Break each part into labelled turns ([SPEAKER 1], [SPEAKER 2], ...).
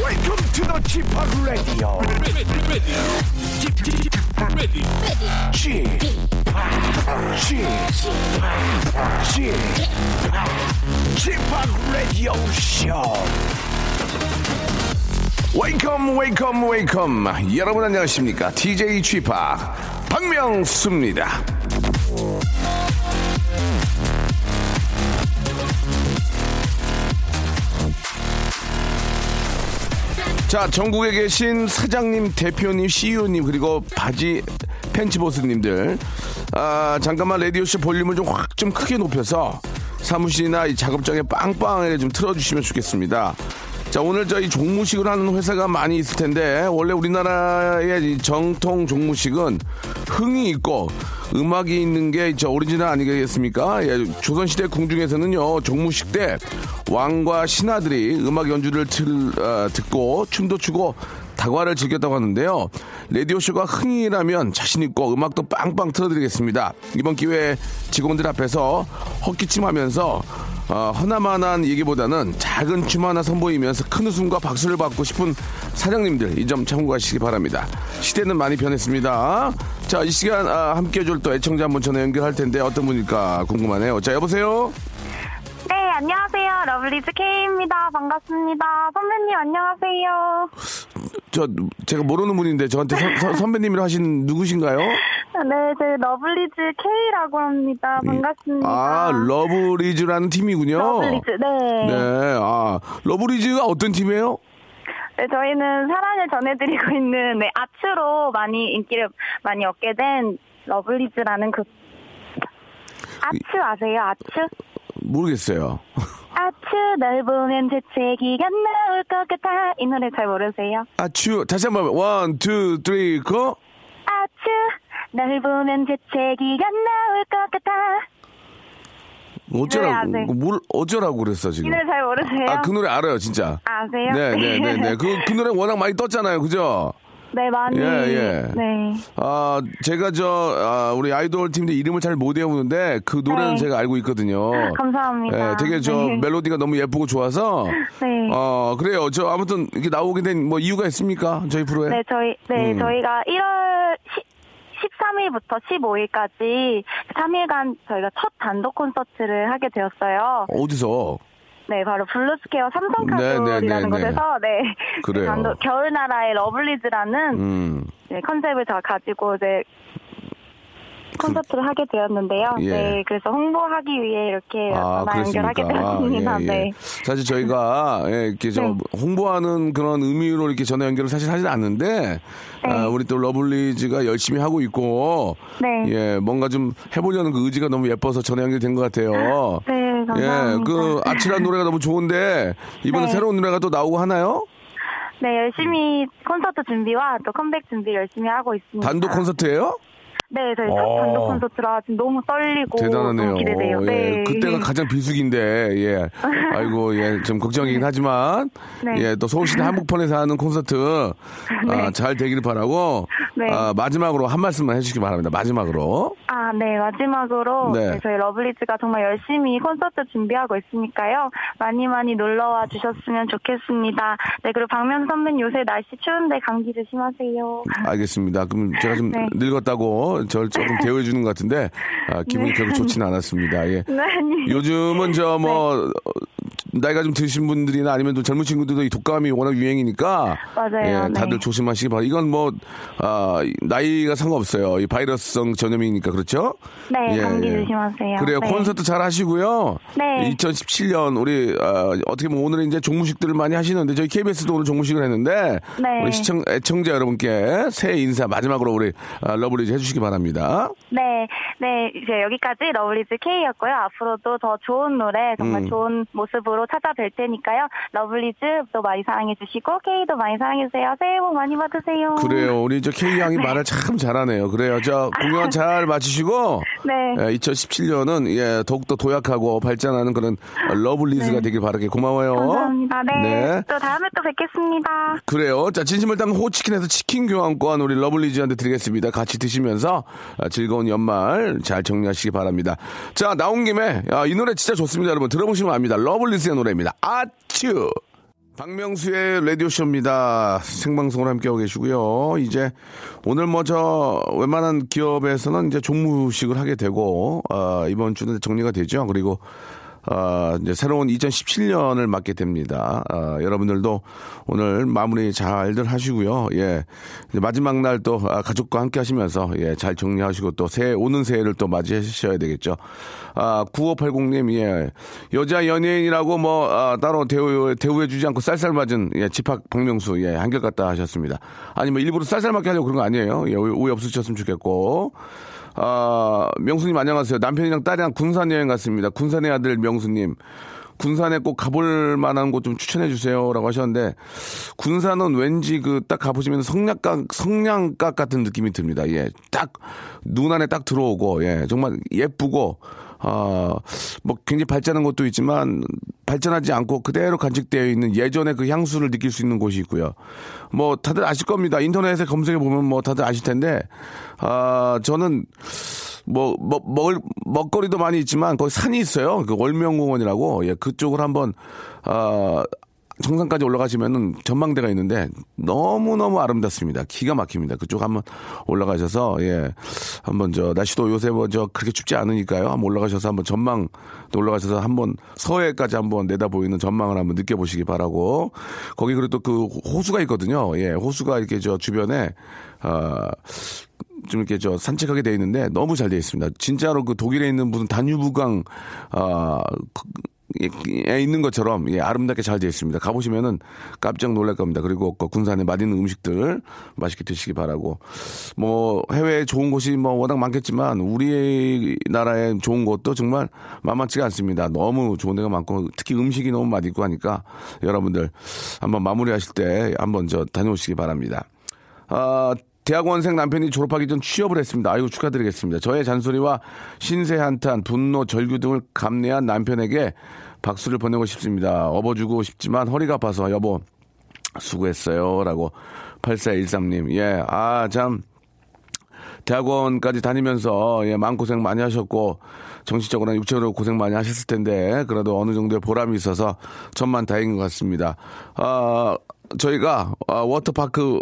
[SPEAKER 1] Welcome to the Chip Radio. Chip Chip Radio Show. Welcome, welcome, welcome. 여러분 안녕하십니까? DJ Chip 박명수입니다. 자, 전국에 계신 사장님, 대표님, CEO님, 그리고 바지 팬츠 보스님들. 아, 잠깐만 라디오쇼 볼륨을 좀 확 좀 크게 높여서 사무실이나 이 작업장에 빵빵하게 좀 틀어주시면 좋겠습니다. 자, 오늘 저희 종무식을 하는 회사가 많이 있을 텐데, 원래 우리나라의 이 정통 종무식은 흥이 있고 음악이 있는 게 저 오리지널 아니겠습니까? 예, 조선시대 궁중에서는요, 종무식 때 왕과 신하들이 음악 연주를 틀, 아, 듣고 춤도 추고 다과를 즐겼다고 하는데요. 라디오쇼가 흥이라면 자신있고 음악도 빵빵 틀어드리겠습니다. 이번 기회에 직원들 앞에서 헛기침 하면서 어, 허나만한 얘기보다는 작은 춤 하나 선보이면서 큰 웃음과 박수를 받고 싶은 사장님들 이 점 참고하시기 바랍니다. 시대는 많이 변했습니다. 자, 이 시간 아, 함께 해줄 또 애청자 한 분 전화 연결할 텐데 어떤 분일까 궁금하네요. 자, 여보세요?
[SPEAKER 2] 네, 안녕하세요. 러블리즈 K입니다. 반갑습니다. 선배님, 안녕하세요.
[SPEAKER 1] 저 제가 모르는 분인데 저한테 선- 선- 선배님이라 하신 누구신가요?
[SPEAKER 2] 네, 제 러블리즈 K라고 합니다. 반갑습니다.
[SPEAKER 1] 네. 아, 러브리즈라는 팀이군요.
[SPEAKER 2] 네. 러블리즈, 네.
[SPEAKER 1] 네,
[SPEAKER 2] 네.
[SPEAKER 1] 아, 러브리즈가 어떤 팀이에요?
[SPEAKER 2] 네, 저희는 사랑을 전해드리고 있는 네, 아츠로 많이 인기를 많이 얻게 된 러블리즈라는 그 아츠 아세요? 아츠?
[SPEAKER 1] 모르겠어요.
[SPEAKER 2] 아츠 널 보면 재채기가 나올 것 같아 이 노래 잘 모르세요?
[SPEAKER 1] 아츄, 다시 한 번, 원, 투, 쓰리, 고.
[SPEAKER 2] 아츠 널 보면 재채기가 나올 것 같아 네,
[SPEAKER 1] 어쩌라고,
[SPEAKER 2] 아세요.
[SPEAKER 1] 뭘, 어쩌라고 그랬어,
[SPEAKER 2] 이
[SPEAKER 1] 지금.
[SPEAKER 2] 노래 네, 잘 모르세요?
[SPEAKER 1] 네, 아, 그 노래 알아요, 진짜.
[SPEAKER 2] 아세요?
[SPEAKER 1] 네, 네, 네, 네. 그, 그 노래 워낙 많이 떴잖아요, 그죠?
[SPEAKER 2] 네, 많이.
[SPEAKER 1] 예, 예.
[SPEAKER 2] 네.
[SPEAKER 1] 아, 제가 저, 아, 우리 아이돌 팀들 이름을 잘 못 외우는데 그 노래는
[SPEAKER 2] 네.
[SPEAKER 1] 제가 알고 있거든요.
[SPEAKER 2] 감사합니다.
[SPEAKER 1] 예, 되게 저
[SPEAKER 2] 네.
[SPEAKER 1] 멜로디가 너무 예쁘고 좋아서.
[SPEAKER 2] 네.
[SPEAKER 1] 어, 그래요. 저 아무튼 이게 나오게 된 뭐 이유가 있습니까? 저희 프로에.
[SPEAKER 2] 네, 저희, 네,
[SPEAKER 1] 음.
[SPEAKER 2] 저희가 1월 13일부터 15일까지 3일간 저희가 첫 단독 콘서트를 하게 되었어요.
[SPEAKER 1] 어디서?
[SPEAKER 2] 네, 바로
[SPEAKER 1] 네,
[SPEAKER 2] 블루스케어
[SPEAKER 1] 네, 네, 네.
[SPEAKER 2] 삼성카드라는 곳에서, 네.
[SPEAKER 1] 그래요.
[SPEAKER 2] 단독, 겨울나라의 러블리즈라는
[SPEAKER 1] 음.
[SPEAKER 2] 네, 컨셉을 다 가지고 이제 콘서트를 하게 되었는데요.
[SPEAKER 1] 예.
[SPEAKER 2] 네, 그래서 홍보하기 위해 이렇게
[SPEAKER 1] 아,
[SPEAKER 2] 예, 전화 연결하게
[SPEAKER 1] 그렇습니까?
[SPEAKER 2] 되었습니다.
[SPEAKER 1] 아, 예, 예.
[SPEAKER 2] 네.
[SPEAKER 1] 사실 저희가 예, 이렇게 저
[SPEAKER 2] 네.
[SPEAKER 1] 홍보하는 그런 의미로 이렇게 전화 연결을 사실 하진 않는데 아, 우리 또 러블리즈가 열심히 하고 있고
[SPEAKER 2] 네.
[SPEAKER 1] 예, 뭔가 좀 해보려는 그 의지가 너무 예뻐서 전화 연결된 것 같아요.
[SPEAKER 2] 네, 감사합니다.
[SPEAKER 1] 예, 그 아치란 노래가 너무 좋은데 이번에
[SPEAKER 2] 네.
[SPEAKER 1] 새로운 노래가 또 나오고 하나요?
[SPEAKER 2] 네, 열심히 콘서트 준비와 또 컴백 준비 열심히 하고 있습니다.
[SPEAKER 1] 단독 콘서트예요?
[SPEAKER 2] 네, 저희
[SPEAKER 1] 오.
[SPEAKER 2] 첫 단독 콘서트라 지금 너무 떨리고
[SPEAKER 1] 대단하네요.
[SPEAKER 2] 너무 기대돼요.
[SPEAKER 1] 예,
[SPEAKER 2] 네.
[SPEAKER 1] 그때가 가장 비수기인데, 예. 아이고, 예, 좀 걱정이긴 하지만,
[SPEAKER 2] 네.
[SPEAKER 1] 예, 또 서울시내 한복판에서 하는 콘서트, 아, 잘 되기를 바라고,
[SPEAKER 2] 네.
[SPEAKER 1] 아, 마지막으로 한 말씀만 해주시기 바랍니다. 마지막으로.
[SPEAKER 2] 아, 네, 마지막으로
[SPEAKER 1] 네.
[SPEAKER 2] 네, 저희 러블리즈가 정말 열심히 콘서트 준비하고 있으니까요. 많이 많이 놀러와 주셨으면 좋겠습니다. 네, 그리고 박명 선배님 요새 날씨 추운데 감기 조심하세요.
[SPEAKER 1] 알겠습니다. 그럼 제가 좀
[SPEAKER 2] 네.
[SPEAKER 1] 늙었다고 저를 조금 대우해주는 것 같은데, 아, 기분이 결국 좋지는 않았습니다. 예.
[SPEAKER 2] 네, 아니.
[SPEAKER 1] 요즘은 저 뭐 나이가 좀 드신 분들이나 아니면 또 젊은 친구들도 이 독감이 워낙 유행이니까
[SPEAKER 3] 맞아요.
[SPEAKER 1] 예, 다들
[SPEAKER 3] 네.
[SPEAKER 1] 조심하시기 바랍니다. 이건 뭐 아, 나이가 상관없어요. 이 바이러스성 전염이니까 그렇죠?
[SPEAKER 3] 네, 감기 조심하세요.
[SPEAKER 1] 그래요.
[SPEAKER 3] 네.
[SPEAKER 1] 콘서트 잘 하시고요.
[SPEAKER 3] 네.
[SPEAKER 1] 2017년 우리 아, 어떻게 보면 오늘은 이제 종무식들을 많이 하시는데 저희 KBS도 오늘 종무식을 했는데
[SPEAKER 3] 네.
[SPEAKER 1] 우리 시청 애청자 여러분께 새해 인사 마지막으로 우리 아, 러브리즈 해주시기 바랍니다.
[SPEAKER 3] 네, 네, 이제 여기까지 러블리즈 K였고요. 앞으로도 더 좋은 노래, 정말
[SPEAKER 1] 음.
[SPEAKER 3] 좋은 모습으로 찾아뵐 테니까요. 러블리즈도 많이 사랑해주시고, K도 많이 사랑해주세요. 새해 복 많이 받으세요.
[SPEAKER 1] 그래요. 우리 저 K 양이 말을 참 잘하네요. 그래요. 저 공연 잘 마치시고
[SPEAKER 3] 네.
[SPEAKER 1] 2017년은 예, 더욱더 도약하고 발전하는 그런 러블리즈가 되길 바랄게 고마워요.
[SPEAKER 3] 네. 감사합니다. 네.
[SPEAKER 1] 네.
[SPEAKER 3] 또 다음에 또 뵙겠습니다.
[SPEAKER 1] 그래요. 자, 진심을 담은 호치킨에서 치킨 교환권 우리 러블리즈한테 드리겠습니다. 같이 드시면서 아, 즐거운 연말 잘 정리하시기 바랍니다. 자, 나온 김에 아, 이 노래 진짜 좋습니다. 여러분 들어보시면 압니다. 러블리즈의 노래입니다. 아츄! 박명수의 라디오쇼입니다. 생방송으로 함께하고 계시고요. 이제 오늘 뭐 저 웬만한 기업에서는 이제 종무식을 하게 되고, 아, 이번 주는 정리가 되죠. 그리고 아, 이제 새로운 2017년을 맞게 됩니다. 아, 여러분들도 오늘 마무리 잘들 하시고요. 예. 이제 마지막 날 또 아, 가족과 함께 하시면서 예, 잘 정리하시고 또 새해, 오는 새해를 또 맞이하셔야 되겠죠. 아, 9580님, 예. 여자 연예인이라고 뭐, 아, 따로 대우, 대우해주지 않고 쌀쌀 맞은 예, 집합 박명수, 예, 한결같다 하셨습니다. 아니, 뭐, 일부러 쌀쌀 맞게 하려고 그런 거 아니에요. 예, 오해, 오해 없으셨으면 좋겠고. 아, 명수님 안녕하세요. 남편이랑 딸이랑 군산 여행 갔습니다. 군산의 아들 명수님. 군산에 꼭 가볼 만한 곳 좀 추천해 주세요라고 하셨는데 군산은 왠지 그 딱 가보시면 성냥각 성냥각 같은 느낌이 듭니다. 예, 딱 눈 안에 딱 들어오고 예, 정말 예쁘고 아, 뭐 굉장히 발전한 것도 있지만 발전하지 않고 그대로 간직되어 있는 예전의 그 향수를 느낄 수 있는 곳이 있고요. 뭐 다들 아실 겁니다. 인터넷에 검색해 보면 뭐 다들 아실 텐데 아, 저는 뭐, 뭐, 먹을, 먹거리도 많이 있지만 거기 산이 있어요. 그 월명공원이라고. 예, 그쪽을 한번, 아, 정상까지 올라가시면은 전망대가 있는데 너무너무 아름답습니다. 기가 막힙니다. 그쪽 한번 올라가셔서, 예, 한번 저, 날씨도 요새 뭐 저 그렇게 춥지 않으니까요. 한번 올라가셔서 한번 전망, 또 올라가셔서 한번 서해까지 한번 내다보이는 전망을 한번 느껴보시기 바라고. 거기 그리고 또 그 호수가 있거든요. 예, 호수가 이렇게 저 주변에, 아, 좀 이렇게 저 산책하게 돼 있는데 너무 잘 돼 있습니다. 진짜로 그 독일에 있는 무슨 다뉴브강 아, 아에 있는 것처럼 예, 아름답게 잘 돼 있습니다. 가보시면은 깜짝 놀랄 겁니다. 그리고 그 군산의 맛있는 음식들 맛있게 드시기 바라고 뭐 해외에 좋은 곳이 뭐 워낙 많겠지만 우리나라에 좋은 곳도 정말 만만치가 않습니다. 너무 좋은 데가 많고 특히 음식이 너무 맛있고 하니까 여러분들 한번 마무리하실 때 한번 저 다녀오시기 바랍니다. 아, 대학원생 남편이 졸업하기 전 취업을 했습니다. 아이고 축하드리겠습니다. 저의 잔소리와 신세 한탄, 분노, 절규 등을 감내한 남편에게 박수를 보내고 싶습니다. 업어주고 싶지만 허리가 아파서 여보 수고했어요라고 8413님. 예. 아, 참 대학원까지 다니면서 예, 마음고생 많이 하셨고 정신적으로나 육체적으로 고생 많이 하셨을 텐데 그래도 어느 정도의 보람이 있어서 천만 다행인 것 같습니다. 아, 저희가 아, 워터파크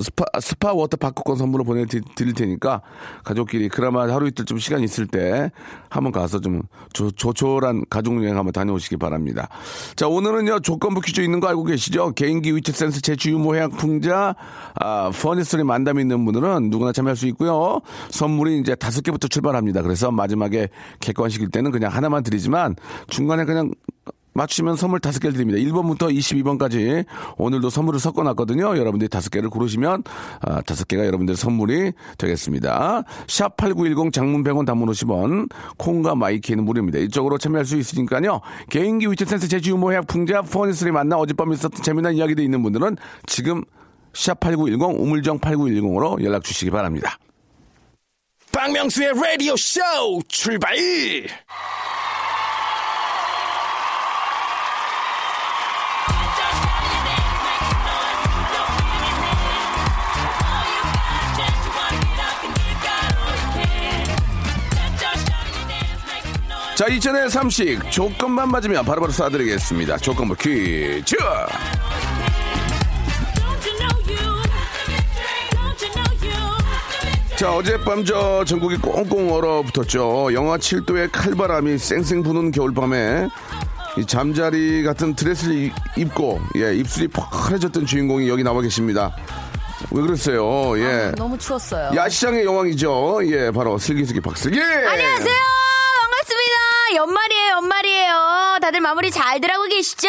[SPEAKER 1] 스파, 스파 워터파크권 선물로 보내드릴 테니까 가족끼리 그나마 하루 이틀 좀 시간 있을 때 한번 가서 좀 조, 조촐한 가족여행 한번 다녀오시기 바랍니다. 자 오늘은요 조건부 퀴즈 있는 거 알고 계시죠? 개인기 위치센스 제주 유모 해양 풍자 아, 퍼니스토리 만담이 있는 분들은 누구나 참여할 수 있고요. 선물이 이제 다섯 개부터 출발합니다. 그래서 마지막에 객관식일 때는 그냥 하나만 드리지만 중간에 그냥 맞추시면 선물 다섯 개를 드립니다. 1번부터 22번까지 오늘도 선물을 섞어놨거든요. 여러분들이 다섯 개를 고르시면 아, 다섯 개가 여러분들 선물이 되겠습니다. 샵 8910 장문 100원 단문 50원 콩과 마이키는 무료입니다. 이쪽으로 참여할 수 있으니까요. 개인기 위치센스 제주 유모 해학 풍자 퍼니스를 만나 어젯밤 있었던 재미난 이야기도 있는 분들은 지금 샵 8910 우물정 8910으로 연락 주시기 바랍니다.
[SPEAKER 4] 박명수의 라디오 쇼 출발!
[SPEAKER 1] 자, 이전의 삼식 조건만 맞으면 바로바로 쏴드리겠습니다. 조건부 퀴즈! 자 어젯밤 저 전국이 꽁꽁 얼어붙었죠 영하 7도의 칼바람이 쌩쌩 부는 겨울밤에 이 잠자리 같은 드레스를 입- 입고 예 입술이 파래졌던 주인공이 여기 나와 계십니다. 왜 그랬어요? 예.
[SPEAKER 5] 너무 추웠어요.
[SPEAKER 1] 야시장의 여왕이죠. 예, 바로 슬기슬기 박슬기.
[SPEAKER 5] 안녕하세요. 반갑습니다. 연말이에요, 연말이에요. 다들 마무리 잘들 하고 계시죠?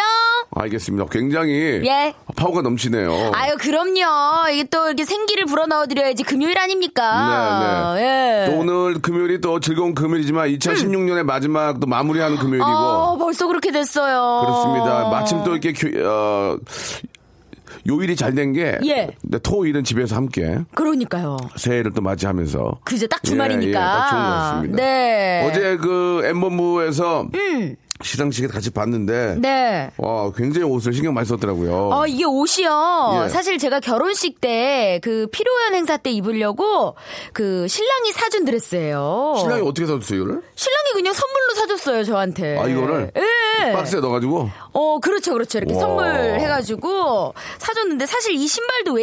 [SPEAKER 1] 알겠습니다. 굉장히
[SPEAKER 5] 예.
[SPEAKER 1] 파워가 넘치네요.
[SPEAKER 5] 아유, 그럼요. 이게 또 이렇게 생기를 불어 넣어드려야지 금요일 아닙니까?
[SPEAKER 1] 네, 네.
[SPEAKER 5] 예.
[SPEAKER 1] 또 오늘 금요일이 또 즐거운 금요일이지만
[SPEAKER 5] 음.
[SPEAKER 1] 2016년의 마지막 또 마무리하는 금요일이고
[SPEAKER 5] 어, 벌써 그렇게 아, 됐어요.
[SPEAKER 1] 그렇습니다. 마침 또 이렇게 교- 어, 요일이 잘 된 게 네,
[SPEAKER 5] 예.
[SPEAKER 1] 토일은 집에서 함께
[SPEAKER 5] 그러니까요.
[SPEAKER 1] 새해를 또 맞이하면서
[SPEAKER 5] 그제 딱
[SPEAKER 1] 예, 예,
[SPEAKER 5] 주말이니까.
[SPEAKER 1] 딱 좋은 것 같습니다.
[SPEAKER 5] 네. 음.
[SPEAKER 1] 어제 그 엠본부에서 시상식에 같이 봤는데
[SPEAKER 5] 네.
[SPEAKER 1] 와 굉장히 옷을 신경 많이 썼더라고요.
[SPEAKER 5] 어, 이게 옷이요.
[SPEAKER 1] 예.
[SPEAKER 5] 사실 제가 결혼식 때 그 피로연 행사 때 입으려고 그 신랑이 사준 드레스예요.
[SPEAKER 1] 신랑이 어떻게 사줬어요 이거를?
[SPEAKER 5] 신랑이 그냥 선물로 사줬어요, 저한테.
[SPEAKER 1] 아 이거를
[SPEAKER 5] 예.
[SPEAKER 1] 박스에 넣어가지고
[SPEAKER 5] 어, 그렇죠, 그렇죠. 이렇게
[SPEAKER 1] 와.
[SPEAKER 5] 선물해가지고 사줬는데 사실 이 신발도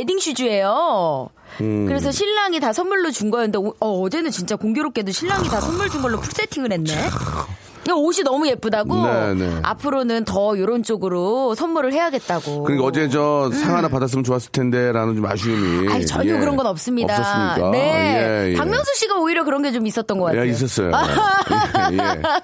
[SPEAKER 5] 웨딩슈즈예요.
[SPEAKER 1] 음.
[SPEAKER 5] 그래서 신랑이 다 선물로 준 거였는데 오- 어, 어제는 진짜 공교롭게도 신랑이 다 선물 준 걸로 풀세팅을 했네. 이 옷이 너무 예쁘다고
[SPEAKER 1] 네, 네.
[SPEAKER 5] 앞으로는 더 이런 쪽으로 선물을 해야겠다고.
[SPEAKER 1] 그러니까 어제 저 상 하나 받았으면 좋았을 텐데라는 좀 아쉬움이
[SPEAKER 5] 음. 아니 전혀
[SPEAKER 1] 예.
[SPEAKER 5] 그런 건 없습니다.
[SPEAKER 1] 없었습니까?
[SPEAKER 5] 네,
[SPEAKER 1] 예, 예.
[SPEAKER 5] 박명수 씨가 오히려 그런 게 좀 있었던 것 같아요.
[SPEAKER 1] 예, 있었어요. 예, 예. 아,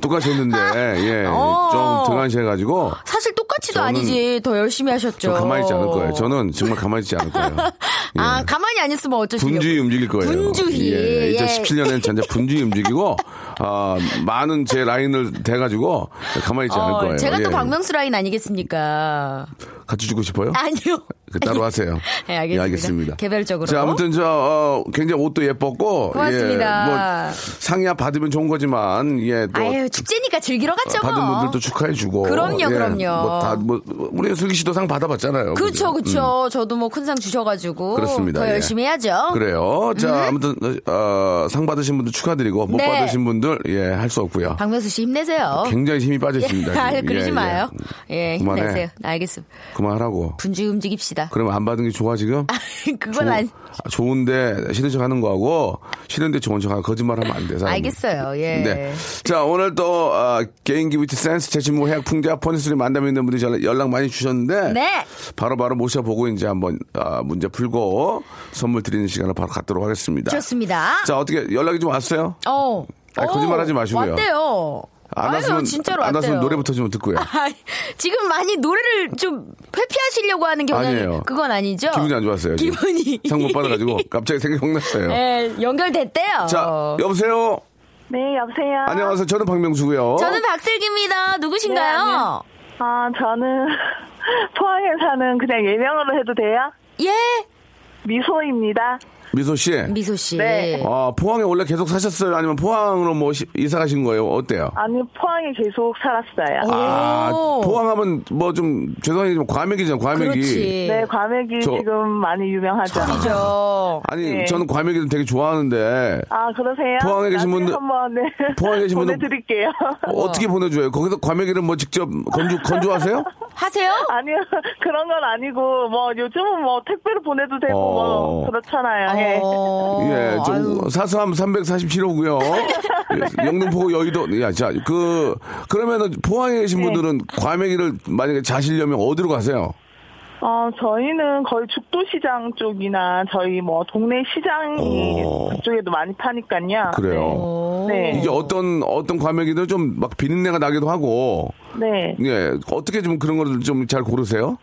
[SPEAKER 1] 똑같이 했는데 예,
[SPEAKER 5] 어.
[SPEAKER 1] 좀 등한시해가지고
[SPEAKER 5] 사실 똑같이도
[SPEAKER 1] 저는-
[SPEAKER 5] 아니지 더 열심히 하셨죠.
[SPEAKER 1] 좀 가만히 있지 않을 거예요. 저는 정말 가만히 있지 않을 거예요. 예.
[SPEAKER 5] 아 가만히 안 있으면 어쩌시려고?
[SPEAKER 1] 분주히 움직일 거예요.
[SPEAKER 5] 분주히. 예.
[SPEAKER 1] 2017년엔 진짜 분주히 움직이고 아, 많은 제 라인을 대가지고 가만히 있지 않을
[SPEAKER 5] 어,
[SPEAKER 1] 거예요.
[SPEAKER 5] 제가 또
[SPEAKER 1] 예.
[SPEAKER 5] 박명수 라인 아니겠습니까?
[SPEAKER 1] 같이 주고 싶어요?
[SPEAKER 5] 아니요.
[SPEAKER 1] 그 따로 하세요.
[SPEAKER 5] 예, 알겠습니다. 개별적으로.
[SPEAKER 1] 자, 아무튼 저 어, 굉장히 옷도 예뻤고
[SPEAKER 5] 고맙습니다.
[SPEAKER 1] 예, 뭐 상이야 받으면 좋은 거지만 예, 또
[SPEAKER 5] 아유 축제니까 즐기러 갔죠 뭐.
[SPEAKER 1] 받은 분들도 축하해주고.
[SPEAKER 5] 그럼요,
[SPEAKER 1] 예,
[SPEAKER 5] 그럼요.
[SPEAKER 1] 뭐 다, 뭐, 우리 슬기 씨도 상 받아봤잖아요.
[SPEAKER 5] 그쵸
[SPEAKER 1] 그죠? 음,
[SPEAKER 5] 그쵸. 저도 뭐 큰 상 주셔가지고
[SPEAKER 1] 그렇습니다.
[SPEAKER 5] 더
[SPEAKER 1] 예.
[SPEAKER 5] 열심히 해야죠.
[SPEAKER 1] 그래요. 자, 아무튼, 어, 상 받으신 분들 축하드리고, 못
[SPEAKER 5] 음? 네.
[SPEAKER 1] 받으신 분들, 예, 할 수 없고요
[SPEAKER 5] 박명수 씨 힘내세요.
[SPEAKER 1] 굉장히 힘이 빠졌습니다.
[SPEAKER 5] 아,
[SPEAKER 1] 지금.
[SPEAKER 5] 그러지
[SPEAKER 1] 예,
[SPEAKER 5] 마요.
[SPEAKER 1] 예.
[SPEAKER 5] 예,
[SPEAKER 1] 그만해.
[SPEAKER 5] 힘내세요. 알겠습니다.
[SPEAKER 1] 그만하라고.
[SPEAKER 5] 분주히 움직입시다.
[SPEAKER 1] 그러면 안 받은 게 좋아, 지금?
[SPEAKER 5] 그건 아니.
[SPEAKER 1] 아, 좋은데 싫은 척 하는 거하고 싫은데 좋은 척 하고 거짓말 하면 안 돼. 사람은.
[SPEAKER 5] 알겠어요. 예.
[SPEAKER 1] 네. 자 오늘 또 아, 개인기 위트 센스 재치무 해학 풍자 퍼니스리 만담 있는 분들이 전- 연락 많이 주셨는데
[SPEAKER 5] 네.
[SPEAKER 1] 바로바로 모셔보고 이제 한번 아, 문제 풀고 선물 드리는 시간을 바로 갖도록 하겠습니다.
[SPEAKER 5] 좋습니다.
[SPEAKER 1] 자 어떻게 연락이 좀 왔어요?
[SPEAKER 5] 어.
[SPEAKER 1] 아니,
[SPEAKER 5] 어,
[SPEAKER 1] 거짓말하지 마시고요.
[SPEAKER 5] 왔대요.
[SPEAKER 1] 안
[SPEAKER 5] 아유,
[SPEAKER 1] 왔으면
[SPEAKER 5] 진짜로
[SPEAKER 1] 안
[SPEAKER 5] 왔대요.
[SPEAKER 1] 왔으면 노래부터 좀 듣고요.
[SPEAKER 5] 아이, 지금 많이 노래를 좀 회피하시려고 하는 경향이
[SPEAKER 1] 아니에요.
[SPEAKER 5] 그건 아니죠.
[SPEAKER 1] 기분이 안 좋았어요. 지금.
[SPEAKER 5] 기분이
[SPEAKER 1] 상 못 받아가지고 갑자기 생각이 혼났어요.
[SPEAKER 5] 예, 연결됐대요.
[SPEAKER 1] 자 여보세요.
[SPEAKER 3] 네, 여보세요.
[SPEAKER 1] 안녕하세요. 저는 박명수고요.
[SPEAKER 5] 아. 저는 박슬기입니다.
[SPEAKER 3] 네,
[SPEAKER 5] 누구신가요?
[SPEAKER 3] 안녕. 아, 저는 포항에 사는 그냥 예명으로 해도 돼요?
[SPEAKER 5] 예,
[SPEAKER 3] 미소입니다.
[SPEAKER 1] 미소 씨.
[SPEAKER 5] 미소 씨.
[SPEAKER 3] 네.
[SPEAKER 1] 아, 포항에 원래 계속 사셨어요? 아니면 포항으로 뭐 시- 이사 가신 거예요? 어때요?
[SPEAKER 3] 아니, 포항에 계속 살았어요.
[SPEAKER 1] 아,
[SPEAKER 5] 오.
[SPEAKER 1] 포항하면 뭐 좀 죄송하지만 과메기잖아요. 과메기.
[SPEAKER 5] 그렇지.
[SPEAKER 3] 네, 과메기
[SPEAKER 1] 저-
[SPEAKER 3] 지금 많이 유명하죠.
[SPEAKER 5] 그죠.
[SPEAKER 1] 아니,
[SPEAKER 3] 네.
[SPEAKER 1] 저는 과메기를 되게 좋아하는데
[SPEAKER 3] 아, 그러세요?
[SPEAKER 1] 포항에 계신
[SPEAKER 3] 나중에
[SPEAKER 1] 분들-
[SPEAKER 3] 한번, 네.
[SPEAKER 1] 포항에 계신 분들-
[SPEAKER 3] 보내드릴게요.
[SPEAKER 1] 어, 떻게 보내줘요? 거기서 과메기를 뭐 직접 건조 건조하세요?
[SPEAKER 5] 하세요?
[SPEAKER 3] 아니요, 그런 건 아니고, 뭐, 요즘은 뭐, 택배로 보내도 되고,
[SPEAKER 1] 어.
[SPEAKER 3] 뭐, 그렇잖아요. 예.
[SPEAKER 5] 어,
[SPEAKER 1] 예,
[SPEAKER 5] 아유.
[SPEAKER 1] 좀 사서함 347호고요. 예, 영등포구 여의도. 야, 자, 그 그러면은 포항에
[SPEAKER 5] 네.
[SPEAKER 1] 계신 분들은 과메기를 만약에 자시려면 어디로 가세요?
[SPEAKER 3] 어, 저희는 거의 죽도시장 쪽이나 저희 뭐, 동네 시장이
[SPEAKER 1] 오.
[SPEAKER 3] 그쪽에도 많이
[SPEAKER 5] 아,
[SPEAKER 3] 파니까요.
[SPEAKER 1] 어. 그래요.
[SPEAKER 3] 네.
[SPEAKER 1] 이게
[SPEAKER 3] 네.
[SPEAKER 1] 어떤 어떤 과메기는 좀 막 비린내가 나기도 하고
[SPEAKER 3] 네.
[SPEAKER 1] 예, 어떻게 좀 그런 거를 좀 잘 고르세요?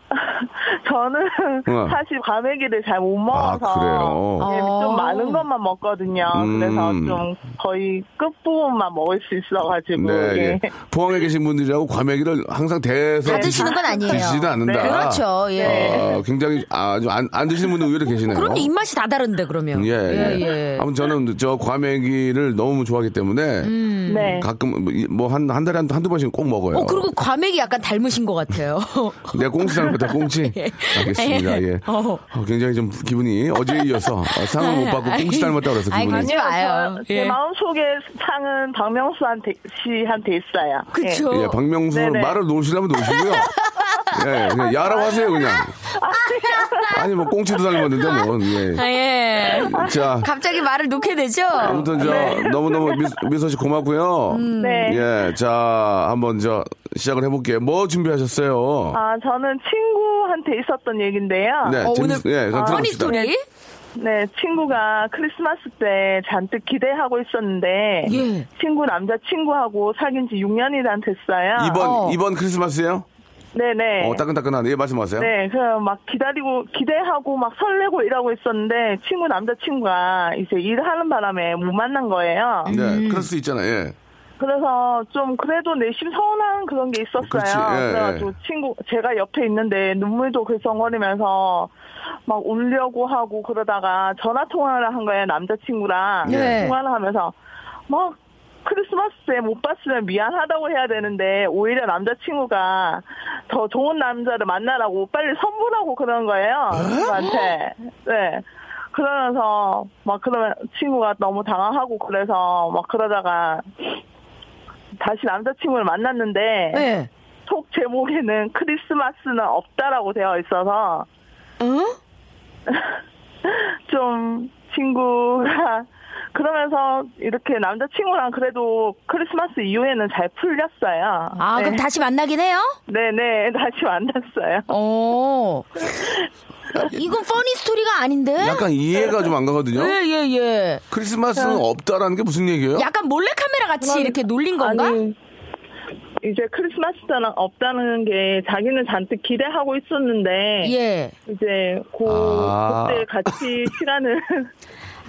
[SPEAKER 3] 저는
[SPEAKER 1] 응.
[SPEAKER 3] 사실 과메기를 잘 못
[SPEAKER 1] 네. 아,
[SPEAKER 3] 먹어서
[SPEAKER 1] 그래요?
[SPEAKER 3] 예,
[SPEAKER 5] 어.
[SPEAKER 3] 좀 많은 것만 먹거든요.
[SPEAKER 1] 음.
[SPEAKER 3] 그래서 좀 거의 끝부분만 먹을 수 있어가지고.
[SPEAKER 1] 네,
[SPEAKER 3] 예.
[SPEAKER 1] 예. 포항에 계신 분들이라고 과메기를 항상 대서
[SPEAKER 5] 다 드시는 건 아니에요.
[SPEAKER 1] 드시지는 않는다.
[SPEAKER 3] 네.
[SPEAKER 5] 그렇죠, 예.
[SPEAKER 1] 어, 굉장히 아주 안, 안 드시는 분들 의외로 계시네요.
[SPEAKER 5] 그럼요, 입맛이 다 다른데, 그러면.
[SPEAKER 1] 예, 예.
[SPEAKER 5] 예.
[SPEAKER 1] 아무튼 저는 저 과메기를 너무 좋아하기 때문에
[SPEAKER 3] 네.
[SPEAKER 1] 예. 가끔 뭐 한 한 달에 한, 한두 번씩 꼭 먹어요.
[SPEAKER 5] 음. 어, 그리고 과메기 약간 닮으신 것 같아요.
[SPEAKER 1] 내가 꽁치 사는 거다 꽁치. 알겠습니다. 예.
[SPEAKER 5] 예. 어. 아,
[SPEAKER 1] 어, 굉장히 좀 기분이 어제에 이어서 어, 상을 못 받고 꽁치 닮았다고 그래서
[SPEAKER 5] 아이,
[SPEAKER 1] 기분이
[SPEAKER 5] 그럼요. 아유,
[SPEAKER 3] 저- 제
[SPEAKER 5] 예.
[SPEAKER 3] 마음속에 상은 박명수한테 씨한테 있어요.
[SPEAKER 5] 그쵸.
[SPEAKER 1] 예, 박명수
[SPEAKER 3] 네네.
[SPEAKER 1] 말을 놓으시려면 놓으시고요. 예, 그냥 야라고 하세요, 그냥.
[SPEAKER 3] 예. 아, 네.
[SPEAKER 1] 아니 뭐 꽁치도 닮았는데 뭐. 예.
[SPEAKER 5] 아, 예.
[SPEAKER 1] 자
[SPEAKER 5] 갑자기 말을 놓게 되죠?
[SPEAKER 1] 아무튼 저 너무 너무 미소 씨 고맙고요.
[SPEAKER 3] 네.
[SPEAKER 1] 예, 자 한번 저 시작을 해볼게요. 뭐 준비하셨어요?
[SPEAKER 3] 아, 저는 친구한테 있었던 얘긴데요.
[SPEAKER 1] 네,
[SPEAKER 5] 어,
[SPEAKER 1] 재밌,
[SPEAKER 5] 오늘-
[SPEAKER 1] 예, 저
[SPEAKER 5] 허니
[SPEAKER 1] 들어봅시다.
[SPEAKER 5] 스토리?
[SPEAKER 3] 네, 친구가 크리스마스 때 잔뜩 기대하고 있었는데
[SPEAKER 5] 예.
[SPEAKER 3] 친구 남자 친구하고 사귄 지 6년이 다 아, 됐어요.
[SPEAKER 1] 이번
[SPEAKER 5] 어.
[SPEAKER 1] 이번 크리스마스예요?
[SPEAKER 3] 네, 네.
[SPEAKER 1] 어, 따끈따끈하네. 예, 말씀하세요.
[SPEAKER 3] 네, 그래서 막 기다리고 기대하고 막 설레고 이러고 있었는데 친구 남자 친구가 이제 일하는 바람에 못 만난 거예요.
[SPEAKER 1] 네, 그럴 수 있잖아요. 예.
[SPEAKER 3] 그래서 좀 그래도 내심 서운한 그런 게 있었어요.
[SPEAKER 1] 그렇지, 예,
[SPEAKER 3] 그래가지고
[SPEAKER 1] 예.
[SPEAKER 3] 친구 제가 옆에 있는데 눈물도 글썽거리면서 막 울려고 하고 그러다가 전화 통화를 한 거예요 남자친구랑
[SPEAKER 5] 예.
[SPEAKER 3] 통화를 하면서 막 크리스마스에 못 봤으면 미안하다고 해야 되는데 오히려 남자친구가 더 좋은 남자를 만나라고 빨리 선물하고 그런 거예요
[SPEAKER 1] 어?
[SPEAKER 3] 친구한테 네 그러면서 막 그러면 친구가 너무 당황하고 그래서 막 그러다가 다시 남자친구를 만났는데
[SPEAKER 5] 예.
[SPEAKER 3] 속 제목에는 크리스마스는 없다라고 되어 있어서 좀 친구가 그러면서 이렇게 남자친구랑 그래도 크리스마스 이후에는 잘 풀렸어요. 네.
[SPEAKER 5] 아, 그럼 다시 만나긴 해요?
[SPEAKER 3] 네네 다시 만났어요.
[SPEAKER 5] 어. 이건 퍼니 스토리가 아닌데?
[SPEAKER 1] 약간 이해가 좀 안 가거든요.
[SPEAKER 3] 네.
[SPEAKER 5] 예, 예, 예.
[SPEAKER 1] 크리스마스는 없다라는 게 무슨 얘기예요?
[SPEAKER 5] 약간 몰래카메라 같이 이렇게 놀린 건가?
[SPEAKER 3] 아니, 이제 크리스마스는 없다는 게 자기는 잔뜩 기대하고 있었는데
[SPEAKER 5] 예.
[SPEAKER 3] 이제 고,
[SPEAKER 1] 아.
[SPEAKER 3] 그때 같이 시간을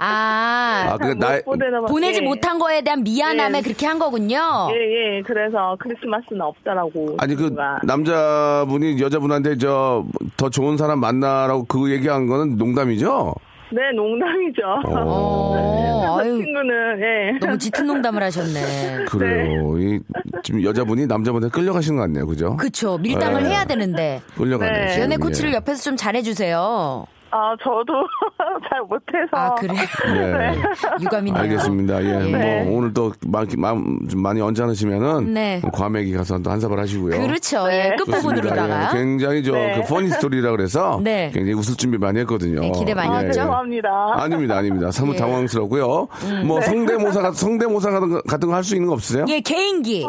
[SPEAKER 5] 아,
[SPEAKER 1] 아, 그 나의
[SPEAKER 3] 못 보내나 봐-
[SPEAKER 5] 보내지
[SPEAKER 3] 예.
[SPEAKER 5] 못한 거에 대한 미안함에
[SPEAKER 3] 예.
[SPEAKER 5] 그렇게 한 거군요.
[SPEAKER 3] 예, 예. 그래서 크리스마스는 없다라고.
[SPEAKER 1] 아니 그
[SPEAKER 3] 친구가.
[SPEAKER 1] 남자분이 여자분한테 저 더 좋은 사람 만나라고 그 얘기한 거는 농담이죠?
[SPEAKER 3] 네, 농담이죠.
[SPEAKER 1] 네.
[SPEAKER 5] 어,
[SPEAKER 3] 그
[SPEAKER 5] 아유,
[SPEAKER 3] 친구는, 예.
[SPEAKER 5] 너무 짙은 농담을 하셨네.
[SPEAKER 1] 그래요. 이 지금 여자분이 남자분한테 끌려가시는 것 같네요. 그죠?
[SPEAKER 5] 그쵸. 밀당을
[SPEAKER 1] 예.
[SPEAKER 5] 해야 되는데.
[SPEAKER 1] 끌려가네요.
[SPEAKER 3] 네.
[SPEAKER 1] 지금.
[SPEAKER 5] 연애
[SPEAKER 1] 예.
[SPEAKER 5] 코치를 옆에서 좀 잘해주세요.
[SPEAKER 3] 아, 저도 잘 못해서.
[SPEAKER 5] 아, 그래.
[SPEAKER 1] 예.
[SPEAKER 5] 유감이네요.
[SPEAKER 1] 알겠습니다. 예.
[SPEAKER 5] 네.
[SPEAKER 1] 뭐 오늘 또 마, 마음 좀 많이 언짢으시면은 뭐
[SPEAKER 5] 네.
[SPEAKER 1] 과메기 가서 또 한사발 하시고요.
[SPEAKER 5] 그렇죠. 예,
[SPEAKER 1] 좋습니다.
[SPEAKER 5] 끝부분으로다가.
[SPEAKER 1] 예, 굉장히 저
[SPEAKER 3] 네.
[SPEAKER 1] 그 퍼니 스토리라 그래서
[SPEAKER 5] 네.
[SPEAKER 1] 굉장히 웃을 준비 많이 했거든요.
[SPEAKER 5] 네, 기대 많이
[SPEAKER 1] 예,
[SPEAKER 5] 했죠?
[SPEAKER 1] 예.
[SPEAKER 3] 아, 죄송합니다.
[SPEAKER 1] 아닙니다, 아닙니다. 사뭇
[SPEAKER 5] 예. 음.
[SPEAKER 1] 당황스럽고요. 뭐 성대모사 같은 성대모사 같은 거- 같은 거 할 수 있는 거 없으세요?
[SPEAKER 5] 예, 개인기.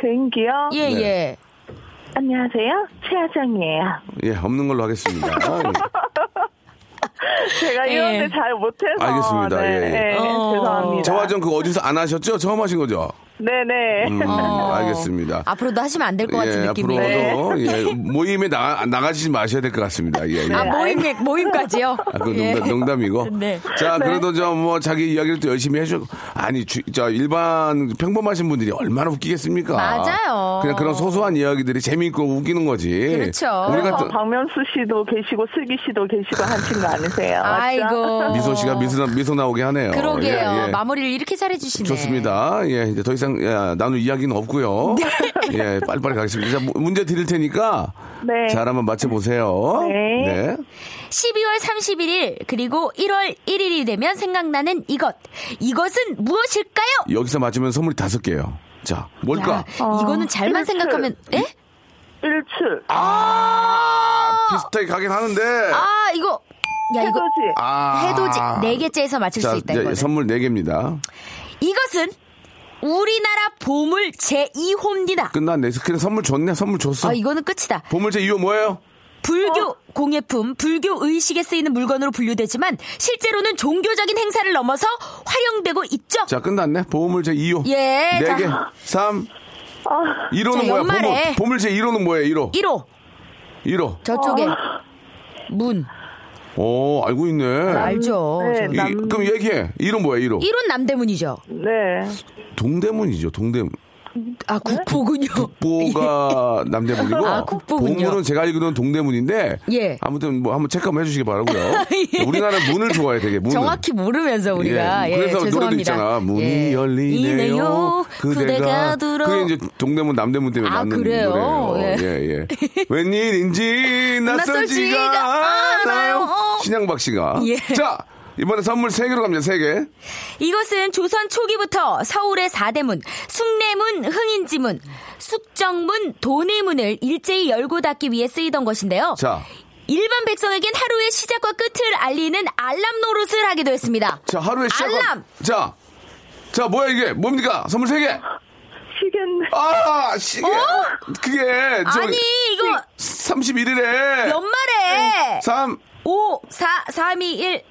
[SPEAKER 3] 개인기요?
[SPEAKER 5] 예,
[SPEAKER 1] 네.
[SPEAKER 5] 예.
[SPEAKER 3] 안녕하세요. 최하정이에요.
[SPEAKER 1] 예, 없는 걸로 하겠습니다. 아, 예.
[SPEAKER 3] 제가
[SPEAKER 5] 예.
[SPEAKER 3] 이런데 잘 못해서.
[SPEAKER 1] 알겠습니다.
[SPEAKER 3] 네,
[SPEAKER 1] 예, 예.
[SPEAKER 3] 네,
[SPEAKER 5] 어.
[SPEAKER 3] 죄송합니다.
[SPEAKER 1] 저화정 그거 어디서 안 하셨죠? 처음 하신 거죠?
[SPEAKER 3] 네네.
[SPEAKER 1] 음, 알겠습니다.
[SPEAKER 5] 앞으로도 하시면 안 될 어. 아, 것 같은
[SPEAKER 1] 아.
[SPEAKER 5] 네.
[SPEAKER 1] 예,
[SPEAKER 5] 느낌이.
[SPEAKER 1] 앞으로도 예, 모임에 나, 나가시지 마셔야 될 것 같습니다. 예, 예.
[SPEAKER 5] 아, 모임, 모임까지요?
[SPEAKER 1] 아, 그
[SPEAKER 5] 예.
[SPEAKER 1] 농담, 농담이고.
[SPEAKER 5] 네.
[SPEAKER 1] 자, 그래도 저 뭐 자기 이야기를 또 열심히 해주. 아니, 주, 저 일반 평범하신 분들이 얼마나 웃기겠습니까?
[SPEAKER 5] 맞아요.
[SPEAKER 1] 그냥 그런 소소한 이야기들이 재미있고 웃기는 거지.
[SPEAKER 5] 그렇죠.
[SPEAKER 1] 우리
[SPEAKER 3] 그래서
[SPEAKER 1] 같은
[SPEAKER 3] 박명수 씨도 계시고 슬기 씨도 계시고 한 친구 아니세요? 맞죠?
[SPEAKER 5] 아이고.
[SPEAKER 1] 미소 씨가 미소, 나- 미소 나오게 하네요.
[SPEAKER 5] 그러게요.
[SPEAKER 1] 예, 예.
[SPEAKER 5] 마무리를 이렇게 잘해주시네. 네.
[SPEAKER 1] 좋습니다. 예, 이제 더 이상 예, 나눌 이야기는 없고요. 예, 빨리빨리 가겠습니다. 자, 문- 문제 드릴 테니까
[SPEAKER 3] 네.
[SPEAKER 1] 잘 한번 맞춰보세요.
[SPEAKER 3] 네.
[SPEAKER 5] 12월 31일 그리고 1월 1일이 되면 생각나는 이것. 이것은 무엇일까요?
[SPEAKER 1] 여기서 맞으면 선물이 다섯 개예요. 자, 뭘까?
[SPEAKER 5] 야, 아, 이거는 잘만
[SPEAKER 3] 일출.
[SPEAKER 5] 생각하면 예?
[SPEAKER 3] 일출.
[SPEAKER 1] 아, 비슷하게 가긴 하는데.
[SPEAKER 5] 아, 이거 야, 이거
[SPEAKER 3] 해돋이.
[SPEAKER 1] 아.
[SPEAKER 5] 해돋이 네 개째에서 맞출
[SPEAKER 1] 자,
[SPEAKER 5] 수 있다
[SPEAKER 1] 이제
[SPEAKER 5] 이거는.
[SPEAKER 1] 선물 네 개입니다.
[SPEAKER 5] 이것은 우리나라 보물 제2호입니다.
[SPEAKER 1] 끝났네. 그래 선물 줬네. 선물 줬어.
[SPEAKER 5] 아, 이거는 끝이다.
[SPEAKER 1] 보물제 2호 뭐예요?
[SPEAKER 5] 불교
[SPEAKER 3] 어.
[SPEAKER 5] 공예품, 불교 의식에 쓰이는 물건으로 분류되지만 실제로는 종교적인 행사를 넘어서 활용되고 있죠.
[SPEAKER 1] 자, 끝났네. 보물제 2호.
[SPEAKER 5] 예, 자. 아.
[SPEAKER 1] 네 개. 삼. 일 1호는
[SPEAKER 5] 자,
[SPEAKER 1] 뭐야?
[SPEAKER 5] 연말에.
[SPEAKER 1] 보물, 보물제 1호는 뭐예요? 1호.
[SPEAKER 5] 1호
[SPEAKER 1] 1호.
[SPEAKER 5] 저쪽에
[SPEAKER 3] 어.
[SPEAKER 5] 문
[SPEAKER 1] 오, 알고 있네.
[SPEAKER 5] 아, 알죠.
[SPEAKER 3] 네.
[SPEAKER 1] 이-
[SPEAKER 3] 남-
[SPEAKER 1] 그럼 얘기해. 1호 뭐예요? 1호.
[SPEAKER 5] 1호 남대문이죠.
[SPEAKER 3] 네.
[SPEAKER 1] 동대문이죠. 동대문.
[SPEAKER 5] 아 국보군요.
[SPEAKER 1] 국보가 남대문이고
[SPEAKER 5] 아, 국보군요.
[SPEAKER 1] 보물은 제가 알기로는 동대문인데
[SPEAKER 5] 예.
[SPEAKER 1] 아무튼 뭐 한번 체크 한번 해주시기 바라고요. 네,
[SPEAKER 5] 예.
[SPEAKER 1] 우리나라 문을 좋아해 되게 문을.
[SPEAKER 5] 정확히 모르면서 우리가
[SPEAKER 1] 예,
[SPEAKER 5] 예,
[SPEAKER 1] 그래서
[SPEAKER 5] 죄송합니다.
[SPEAKER 1] 노래도 있잖아. 문이
[SPEAKER 5] 예.
[SPEAKER 1] 열리네요. 그대가
[SPEAKER 5] 들어.
[SPEAKER 1] 그게 이제 동대문 남대문 때문에
[SPEAKER 5] 아,
[SPEAKER 1] 나는
[SPEAKER 5] 그래요? 예.
[SPEAKER 1] 노래예요. 예, 예. 웬일인지
[SPEAKER 5] 낯설지가
[SPEAKER 1] 낯설지가
[SPEAKER 5] 않아요.
[SPEAKER 1] 않아요.
[SPEAKER 5] 어.
[SPEAKER 1] 신양박 씨가.
[SPEAKER 5] 예.
[SPEAKER 1] 자 이번에 선물 세개로 갑니다. 세개
[SPEAKER 5] 이것은 조선 초기부터 서울의 사대문, 숭례문, 흥인지문, 숙정문, 도내문을 일제히 열고 닫기 위해 쓰이던 것인데요.
[SPEAKER 1] 자
[SPEAKER 5] 일반 백성에겐 하루의 시작과 끝을 알리는 알람 노릇을 하기도 했습니다.
[SPEAKER 1] 자, 하루의 시작.
[SPEAKER 5] 알람!
[SPEAKER 1] 자, 자, 뭐야 이게? 뭡니까? 선물 세개
[SPEAKER 3] 시겠네.
[SPEAKER 1] 아, 시계. 그게. 저
[SPEAKER 5] 어? 아니, 이거
[SPEAKER 1] 31일에.
[SPEAKER 5] 연말에
[SPEAKER 1] 삼.
[SPEAKER 5] 5, 4, 3, 2, 1.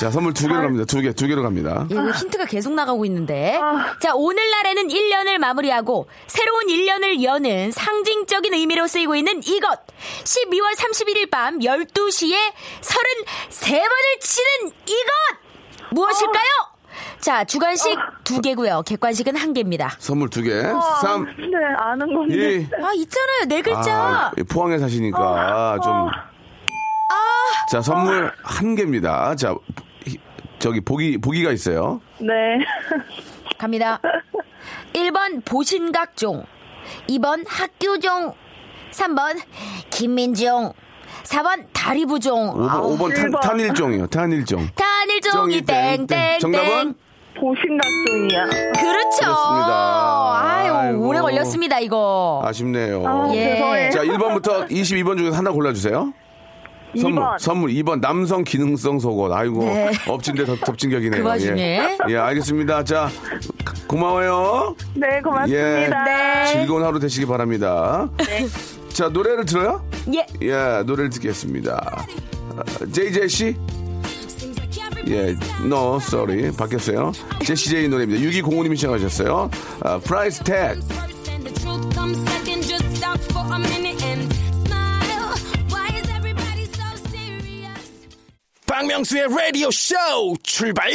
[SPEAKER 1] 자, 선물 두 개로 갑니다. 두 개, 두 개로 갑니다.
[SPEAKER 5] 이거 예, 힌트가 계속 나가고 있는데. 자, 오늘날에는 1년을 마무리하고 새로운 1년을 여는 상징적인 의미로 쓰이고 있는 이것. 12월 31일 밤 12시에 33번을 치는 이것! 무엇일까요? 자, 주관식 두 개고요. 객관식은 한 개입니다.
[SPEAKER 1] 선물 두 개.
[SPEAKER 6] 아,
[SPEAKER 1] 삼.
[SPEAKER 3] 네, 아는
[SPEAKER 6] 예.
[SPEAKER 3] 건데.
[SPEAKER 1] 이.
[SPEAKER 5] 아, 있잖아요. 네 글자.
[SPEAKER 1] 아, 포항에
[SPEAKER 5] 어.
[SPEAKER 1] 사시니까 좀.
[SPEAKER 5] 아.
[SPEAKER 1] 자, 선물 한 개입니다. 자, 저기 보기 보기가 있어요.
[SPEAKER 3] 네.
[SPEAKER 5] 갑니다. 1번 보신각종, 2번 학교종, 3번 김민종, 4번 다리부종,
[SPEAKER 1] 5번, 5번 탄,
[SPEAKER 3] 일번.
[SPEAKER 1] 탄일종이요. 탄일종.
[SPEAKER 5] 단일종이 땡땡땡.
[SPEAKER 1] 정답은
[SPEAKER 3] 보신각종이야.
[SPEAKER 5] 그렇죠.
[SPEAKER 1] 그렇습니다.
[SPEAKER 5] 아유,
[SPEAKER 1] 아이고.
[SPEAKER 5] 오래 걸렸습니다, 이거.
[SPEAKER 1] 아쉽네요.
[SPEAKER 3] 아,
[SPEAKER 5] 예.
[SPEAKER 3] 죄송해요.
[SPEAKER 1] 자, 1번부터 22번 중에서 하나 골라 주세요. 선물,
[SPEAKER 3] 2번.
[SPEAKER 1] 선물 2번 남성 기능성 속옷. 아이고,
[SPEAKER 5] 네.
[SPEAKER 1] 엎친 데 덮- 덮친 격이네요.
[SPEAKER 5] 그 와중에.
[SPEAKER 1] 예. 예, 알겠습니다. 자, 고마워요. 예.
[SPEAKER 3] 네, 고맙습니다.
[SPEAKER 5] 네.
[SPEAKER 1] 즐거운 하루 되시기 바랍니다. 자, 노래를 들어요?
[SPEAKER 5] 예.
[SPEAKER 1] 예, 노래를 듣겠습니다. 아, 제이제이 씨? 예, no, sorry. 바뀌었어요. 제시제이 노래입니다. 6205님이 시청하셨어요. 아, 프라이스 택.
[SPEAKER 4] 박명수의 라디오 쇼 출발!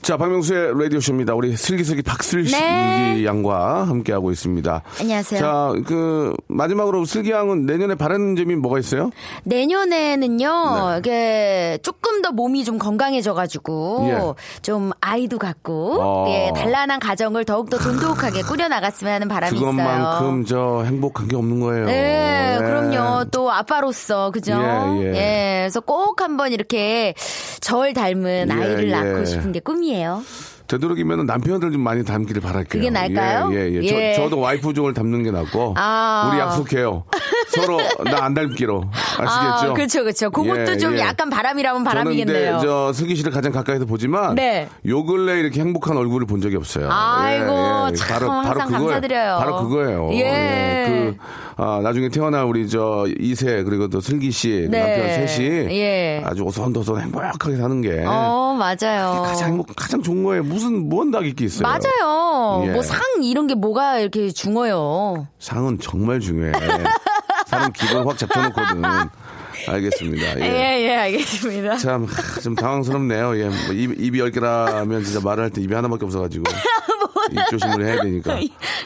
[SPEAKER 1] 자, 박명수의 라디오쇼입니다. 우리 슬기슬기 박슬기
[SPEAKER 5] 네.
[SPEAKER 1] 양과 함께하고 있습니다.
[SPEAKER 5] 안녕하세요.
[SPEAKER 1] 자, 그, 마지막으로 슬기 양은 내년에 바라는 점이 뭐가 있어요?
[SPEAKER 5] 내년에는요,
[SPEAKER 1] 네.
[SPEAKER 5] 이게 조금 더 몸이 좀 건강해져가지고, 좀 아이도 갖고,
[SPEAKER 1] 예. 어.
[SPEAKER 5] 예, 단란한 가정을 더욱더 돈독하게 꾸려나갔으면 하는 바람이 아, 있어요.
[SPEAKER 1] 그것만큼 저 행복한 게 없는 거예요.
[SPEAKER 5] 네,
[SPEAKER 1] 네.
[SPEAKER 5] 그럼요. 또 아빠로서 그죠?
[SPEAKER 1] 예,
[SPEAKER 5] 예,
[SPEAKER 1] 예.
[SPEAKER 5] 그래서 꼭 한번 이렇게 절 닮은
[SPEAKER 1] 예,
[SPEAKER 5] 아이를
[SPEAKER 1] 예.
[SPEAKER 5] 낳고 싶은 게 꿈이에요.
[SPEAKER 1] 되도록이면 남편들 좀 많이 닮기를 바랄게요.
[SPEAKER 5] 그게 나을까요?
[SPEAKER 1] 예, 예. 예.
[SPEAKER 5] 예.
[SPEAKER 1] 저, 도 와이프 종을 닮는 게 낫고.
[SPEAKER 5] 아.
[SPEAKER 1] 우리 약속해요. 서로 나 안 닮기로. 아시겠죠?
[SPEAKER 5] 아, 그렇죠, 그렇죠. 그것도
[SPEAKER 1] 예,
[SPEAKER 5] 좀
[SPEAKER 1] 예.
[SPEAKER 5] 약간 바람이라면
[SPEAKER 1] 저는 예.
[SPEAKER 5] 바람이겠네요.
[SPEAKER 1] 근데 저 슬기 씨를 가장 가까이서 보지만
[SPEAKER 5] 네.
[SPEAKER 1] 요 근래 이렇게 행복한 얼굴을 본 적이 없어요. 예,
[SPEAKER 5] 아이고, 참 항상 감사드려요.
[SPEAKER 1] 바로 그거예요.
[SPEAKER 5] 예.
[SPEAKER 1] 그, 아, 나중에 태어날 우리 저 이세 그리고 또 슬기 씨
[SPEAKER 5] 네.
[SPEAKER 1] 남편 셋이
[SPEAKER 5] 예.
[SPEAKER 1] 아주 오선도선 행복하게 사는 게
[SPEAKER 5] 어, 맞아요.
[SPEAKER 1] 가장 행복, 가장 좋은 거예요. 무슨 뭔 낙이 있겠어요.
[SPEAKER 5] 맞아요.
[SPEAKER 1] 예.
[SPEAKER 5] 뭐 상 이런 게 뭐가 이렇게 중어요.
[SPEAKER 1] 상은 정말 중요해. 사람 기분 확 잡혀놓거든. 알겠습니다.
[SPEAKER 5] 예, 예, 알겠습니다.
[SPEAKER 1] 참, 하, 좀 당황스럽네요. 예, 뭐 입, 입이 열 개라면 진짜 말을 할 때 입이 하나밖에 없어가지고. 입 조심을 해야 되니까.
[SPEAKER 5] 뭐,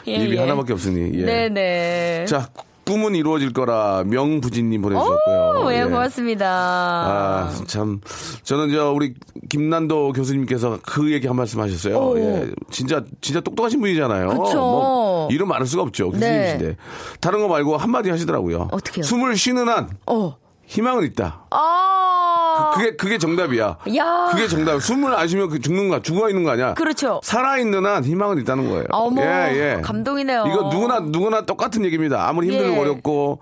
[SPEAKER 5] 예,
[SPEAKER 1] 입이
[SPEAKER 5] 예.
[SPEAKER 1] 하나밖에 없으니. 예.
[SPEAKER 5] 네네.
[SPEAKER 1] 자, 꿈은 이루어질 거라 명부진님 보내주셨고요.
[SPEAKER 5] 오, 예,
[SPEAKER 1] 예.
[SPEAKER 5] 고맙습니다.
[SPEAKER 1] 아, 참. 저는 저 우리 김난도 교수님께서 그 얘기 한 말씀 하셨어요. 예. 진짜, 진짜 똑똑하신 분이잖아요. 뭐,
[SPEAKER 5] 그쵸.
[SPEAKER 1] 이름 말할 수가 없죠.
[SPEAKER 5] 네.
[SPEAKER 1] 교수님이신데. 다른 거 말고 한마디 하시더라고요.
[SPEAKER 5] 어떻게요?
[SPEAKER 1] 숨을 쉬는 한
[SPEAKER 5] 어.
[SPEAKER 1] 희망은 있다.
[SPEAKER 5] 아.
[SPEAKER 1] 그게 그게 정답이야.
[SPEAKER 5] 야.
[SPEAKER 1] 그게 정답. 숨을 안 쉬면 그 죽는 거 죽어 있는 거 아니야.
[SPEAKER 5] 그렇죠. 아,
[SPEAKER 1] 살아 있는 한 희망은 있다는 거예요.
[SPEAKER 5] 어머, 감동이네요.
[SPEAKER 1] 이거 누구나 예, 누구나 똑같은 얘기입니다. 아무리 힘들고
[SPEAKER 5] 예.
[SPEAKER 1] 어렵고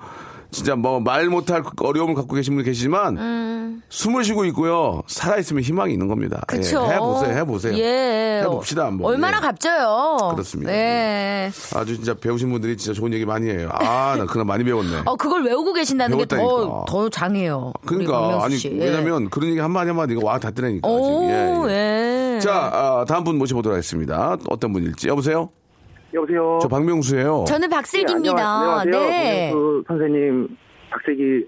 [SPEAKER 1] 진짜 뭐 말 못할 어려움을 갖고 계신 분 계시지만 숨을 쉬고 있고요. 살아 있으면 희망이 있는 겁니다. 예,
[SPEAKER 5] 음. 그쵸.
[SPEAKER 1] 해보세요. 해보세요.
[SPEAKER 5] 예.
[SPEAKER 1] 해봅시다 한번.
[SPEAKER 5] 얼마나
[SPEAKER 1] 예.
[SPEAKER 5] 값져요.
[SPEAKER 1] 그렇습니다.
[SPEAKER 5] 예.
[SPEAKER 1] 아주 진짜 배우신 분들이 진짜 좋은 얘기 많이 해요. 아, 나 그날 많이 배웠네.
[SPEAKER 5] 어 그걸 외우고 계신다는 게
[SPEAKER 1] 배웠다니까.
[SPEAKER 5] 더 더 장해요. 우리
[SPEAKER 1] 그러니까
[SPEAKER 5] 박명수
[SPEAKER 1] 아니
[SPEAKER 5] 씨. 예.
[SPEAKER 1] 왜냐면 그런 얘기 한마디 한마디가 와 닿더라니까.
[SPEAKER 5] 오,
[SPEAKER 1] 지금.
[SPEAKER 5] 예.
[SPEAKER 1] 자, 아, 다음 분 모셔보도록 하겠습니다. 어떤 분일지. 여보세요?
[SPEAKER 6] 여보세요.
[SPEAKER 1] 저 박명수예요.
[SPEAKER 5] 저는
[SPEAKER 6] 네,
[SPEAKER 5] 박슬기입니다.
[SPEAKER 6] 안녕하-
[SPEAKER 5] 네.
[SPEAKER 6] 그 선생님, 박세기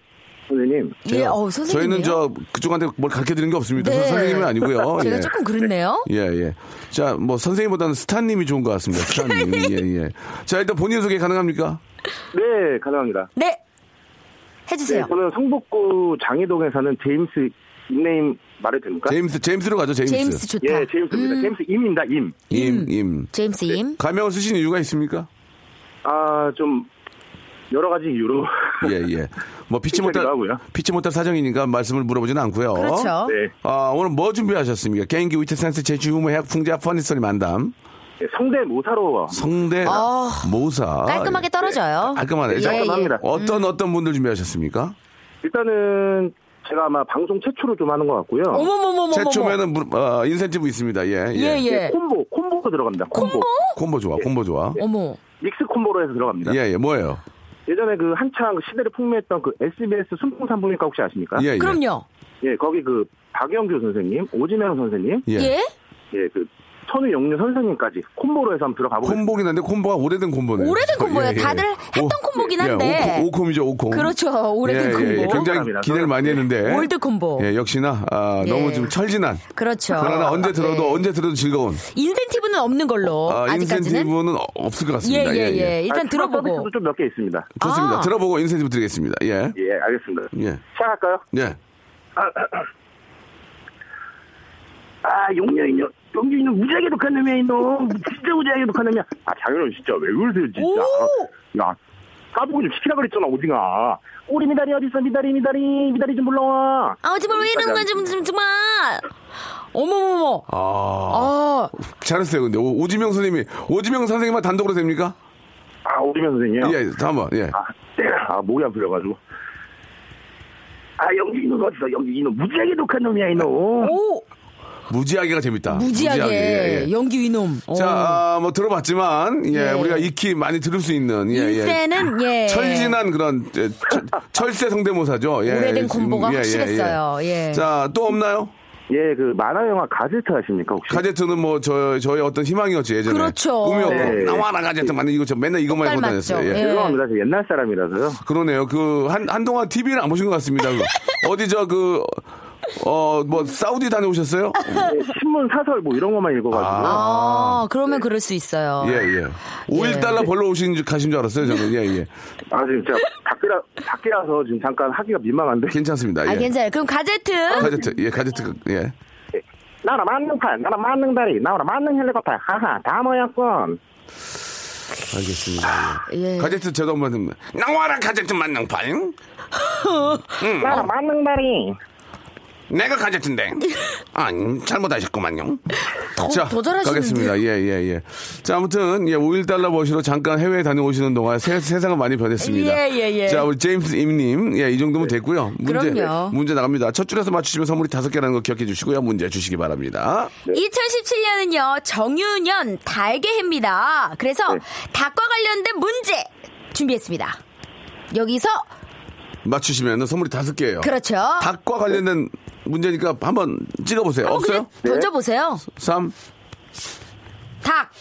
[SPEAKER 6] 선생님.
[SPEAKER 5] 예, 어, 선생님.
[SPEAKER 1] 저희는 저 그쪽한테 뭘 가르쳐 드리는 게 없습니다.
[SPEAKER 5] 네.
[SPEAKER 1] 선생님이 아니고요.
[SPEAKER 5] 제가
[SPEAKER 1] 예.
[SPEAKER 5] 조금 그렇네요.
[SPEAKER 1] 예, 예. 자, 뭐 선생님보다는 스타님이 좋은 것 같습니다. 스타님. 예, 예. 자, 일단 본인 소개 가능합니까?
[SPEAKER 6] 네, 가능합니다.
[SPEAKER 5] 네.
[SPEAKER 6] 네,
[SPEAKER 5] 해주세요.
[SPEAKER 6] 저는 성북구 장희동에 사는 제임스 닉네임 말해도 됩니까?
[SPEAKER 1] 제임스 제임스로 가죠. 제임스.
[SPEAKER 5] 제임스 좋다.
[SPEAKER 6] 예,
[SPEAKER 5] 음.
[SPEAKER 6] 제임스입니다. 제임스 임입니다, 임.
[SPEAKER 1] 임, 임.
[SPEAKER 5] 제임스 임.
[SPEAKER 1] 가명을 쓰신 이유가 있습니까?
[SPEAKER 6] 아, 좀, 여러 가지 이유로.
[SPEAKER 1] 예, 예. 뭐 피치 못할
[SPEAKER 6] 칭찬이기도 하고요.
[SPEAKER 1] 피치 못할 사정이니까 말씀을 물어보지는 않고요.
[SPEAKER 5] 그렇죠.
[SPEAKER 6] 네.
[SPEAKER 1] 아, 오늘 뭐 준비하셨습니까? 개인기 위트 센스 제주 유머 해학 풍자 퍼니 소리 만담.
[SPEAKER 6] 네, 성대모사로.
[SPEAKER 1] 성대
[SPEAKER 5] 어.
[SPEAKER 1] 모사
[SPEAKER 5] 깔끔하게 떨어져요.
[SPEAKER 1] 아, 깔끔하네.
[SPEAKER 5] 예,
[SPEAKER 1] 자,
[SPEAKER 5] 예.
[SPEAKER 6] 깔끔합니다.
[SPEAKER 1] 어떤 어떤 분들 준비하셨습니까?
[SPEAKER 6] 일단은 제가 아마 방송 최초로 좀 하는 것 같고요.
[SPEAKER 5] 어머머머머머.
[SPEAKER 1] 최초면은 물- 어, 인센티브 있습니다. 예, 예.
[SPEAKER 5] 예, 예.
[SPEAKER 6] 네, 콤보 콤보로 들어갑니다. 콤보.
[SPEAKER 1] 콤보 좋아, 콤보 좋아.
[SPEAKER 5] 어머.
[SPEAKER 6] 믹스 콤보로 해서 들어갑니다.
[SPEAKER 1] 예, 예, 뭐예요?
[SPEAKER 6] 예. 전에그 한창 시대를 풍미했던 그 SBS 순풍산부인과 혹시 아십니까?
[SPEAKER 1] 예, 예.
[SPEAKER 5] 그럼요.
[SPEAKER 6] 예, 거기 그 박영규 선생님, 오진영 선생님,
[SPEAKER 1] 예.
[SPEAKER 5] 예?
[SPEAKER 6] 예, 그 천우 영유 선생님까지 콤보로 해서 한번 들어가 보겠습니다.
[SPEAKER 1] 콤보긴 한데 콤보가 오래된 콤보네요.
[SPEAKER 5] 오래된 콤보예요. 다들 했던 콤보긴 한데.
[SPEAKER 1] 예, 오, 콤이죠 오콤.
[SPEAKER 5] 그렇죠. 오래된
[SPEAKER 1] 예, 예, 예.
[SPEAKER 5] 콤보.
[SPEAKER 1] 굉장히
[SPEAKER 6] 콤보랍니다.
[SPEAKER 1] 기대를 많이 했는데.
[SPEAKER 5] 월드 콤보.
[SPEAKER 1] 예, 역시나 아,
[SPEAKER 5] 예.
[SPEAKER 1] 너무 좀 철진한.
[SPEAKER 5] 그렇죠.
[SPEAKER 1] 그러나 언제 들어도
[SPEAKER 5] 예.
[SPEAKER 1] 언제 들어도 즐거운.
[SPEAKER 5] 인센티브는 없는 걸로
[SPEAKER 1] 아,
[SPEAKER 5] 아직까지는.
[SPEAKER 1] 인센티브는 어- 없을 것
[SPEAKER 5] 예,
[SPEAKER 1] 같습니다.
[SPEAKER 5] 예, 예, 일단
[SPEAKER 6] 아, 추가
[SPEAKER 5] 들어보고.
[SPEAKER 6] 서비스도 좀 몇 개 있습니다.
[SPEAKER 1] 좋습니다.
[SPEAKER 5] 아.
[SPEAKER 1] 들어보고 인센티브 드리겠습니다. 예.
[SPEAKER 6] 예, 알겠습니다.
[SPEAKER 1] 예.
[SPEAKER 6] 시작할까요?
[SPEAKER 1] 예.
[SPEAKER 6] 아, 용녀 인연. 용녀 인연 무지하게 독한 놈이야, 이놈. 진짜 무지하게 독한 놈이야. 아, 장현우 진짜 왜 그러세요, 진짜. 야, 까보고 좀 시키라 그랬잖아, 오징아. 우리 미다리 어딨어, 미다리, 미다리. 미다리 좀 불러와.
[SPEAKER 5] 아, 제발 왜 이런 거야, 좀, 좀, 정말. 어머머머.
[SPEAKER 1] 아.
[SPEAKER 5] 아,
[SPEAKER 1] 잘했어요. 근데 오- 오지명 선생님이 오지명 선생님만 단독으로 됩니까?
[SPEAKER 6] 아, 오지명 선생님이요?
[SPEAKER 1] 예. 다음 번. 예.
[SPEAKER 6] 아, 아, 목이 아프려가지고. 아, 영주 이놈 어딨어, 영주 이놈. 무지하게 독한 놈이야, 이놈.
[SPEAKER 5] 오,
[SPEAKER 1] 무지하게가 재밌다.
[SPEAKER 5] 무지하게.
[SPEAKER 1] 예, 예.
[SPEAKER 5] 연기 위놈. 어.
[SPEAKER 1] 자, 아, 뭐 들어봤지만 예,
[SPEAKER 5] 예.
[SPEAKER 1] 우리가 익히 많이 들을 수 있는 예, 예.
[SPEAKER 5] 인세는, 예.
[SPEAKER 1] 철진한 그런 예, 철, 철새 성대모사죠. 예,
[SPEAKER 5] 오래된
[SPEAKER 1] 예,
[SPEAKER 5] 콤보가
[SPEAKER 1] 예, 예, 예.
[SPEAKER 5] 확실했어요. 예. 음.
[SPEAKER 1] 자, 또 없나요?
[SPEAKER 6] 예, 그 만화영화 가제트 아십니까, 혹시?
[SPEAKER 1] 가제트는 뭐 저, 저의 어떤 희망이었죠 예전에
[SPEAKER 5] 그렇죠.
[SPEAKER 1] 꿈이었고
[SPEAKER 6] 네.
[SPEAKER 1] 나와라 가제트 만든 이거 저 맨날 이것만
[SPEAKER 5] 똑발
[SPEAKER 1] 입고
[SPEAKER 5] 맞죠.
[SPEAKER 1] 다녔어요 예.
[SPEAKER 5] 예.
[SPEAKER 6] 죄송합니다. 저 옛날 사람이라서요.
[SPEAKER 1] 그러네요 그 한 한동안 TV를 안 보신 것 같습니다 그 어디 저 그 어 뭐 사우디 다녀오셨어요
[SPEAKER 6] 예, 신문 사설 뭐 이런 것만 읽어가지고.
[SPEAKER 5] 아, 그러면 그럴 수 있어요.
[SPEAKER 1] 아, 예예 그 오
[SPEAKER 5] 예.
[SPEAKER 1] 5일 달러 벌러 오신 줄 가신 줄 알았어요 저는 예예
[SPEAKER 6] 아, 지금 진짜 밖이라, 밖이라서 지금 잠깐 하기가 민망한데.
[SPEAKER 1] 괜찮습니다 예.
[SPEAKER 5] 아, 괜찮아요. 그럼 가제트.
[SPEAKER 1] 가제트 예 가제트 예
[SPEAKER 6] 나라 만능팔, 나라 만능다리, 나라 만능 헬리콥터, 하하, 다 모였군.
[SPEAKER 1] 알겠습니다
[SPEAKER 5] 예.
[SPEAKER 1] 예. 가제트 저도 한번 해봅니다. 나와라 가제트 만능파잉
[SPEAKER 6] 나라 만능다리.
[SPEAKER 1] 내가 가제트인데 아 잘못하셨구만요
[SPEAKER 5] 더,
[SPEAKER 1] 자,
[SPEAKER 5] 더 잘하시는데.
[SPEAKER 1] 가겠습니다. 예, 예, 예. 자, 아무튼, 예, 5일 달러 버시로 잠깐 해외에 다녀오시는 동안 세, 세상은 많이 변했습니다.
[SPEAKER 5] 예, 예, 예.
[SPEAKER 1] 자, 우리 제임스 임님, 예, 이 정도면 됐고요. 문제,
[SPEAKER 5] 그럼요.
[SPEAKER 1] 문제 나갑니다. 첫 줄에서 맞추시면 선물이 다섯 개라는 거 기억해 주시고요. 문제 주시기 바랍니다.
[SPEAKER 5] 2017년은요, 정유년 달게 해입니다.
[SPEAKER 1] 네.
[SPEAKER 5] 그래서 닭과 관련된 문제 준비했습니다. 여기서,
[SPEAKER 1] 맞추시면 선물이 다섯 개예요
[SPEAKER 5] 그렇죠.
[SPEAKER 1] 닭과 관련된 문제니까 한번 찍어보세요.
[SPEAKER 5] 한번
[SPEAKER 1] 없어요?
[SPEAKER 5] 아,
[SPEAKER 1] 네.
[SPEAKER 5] 그냥 던져보세요.
[SPEAKER 1] 3.
[SPEAKER 5] 닭.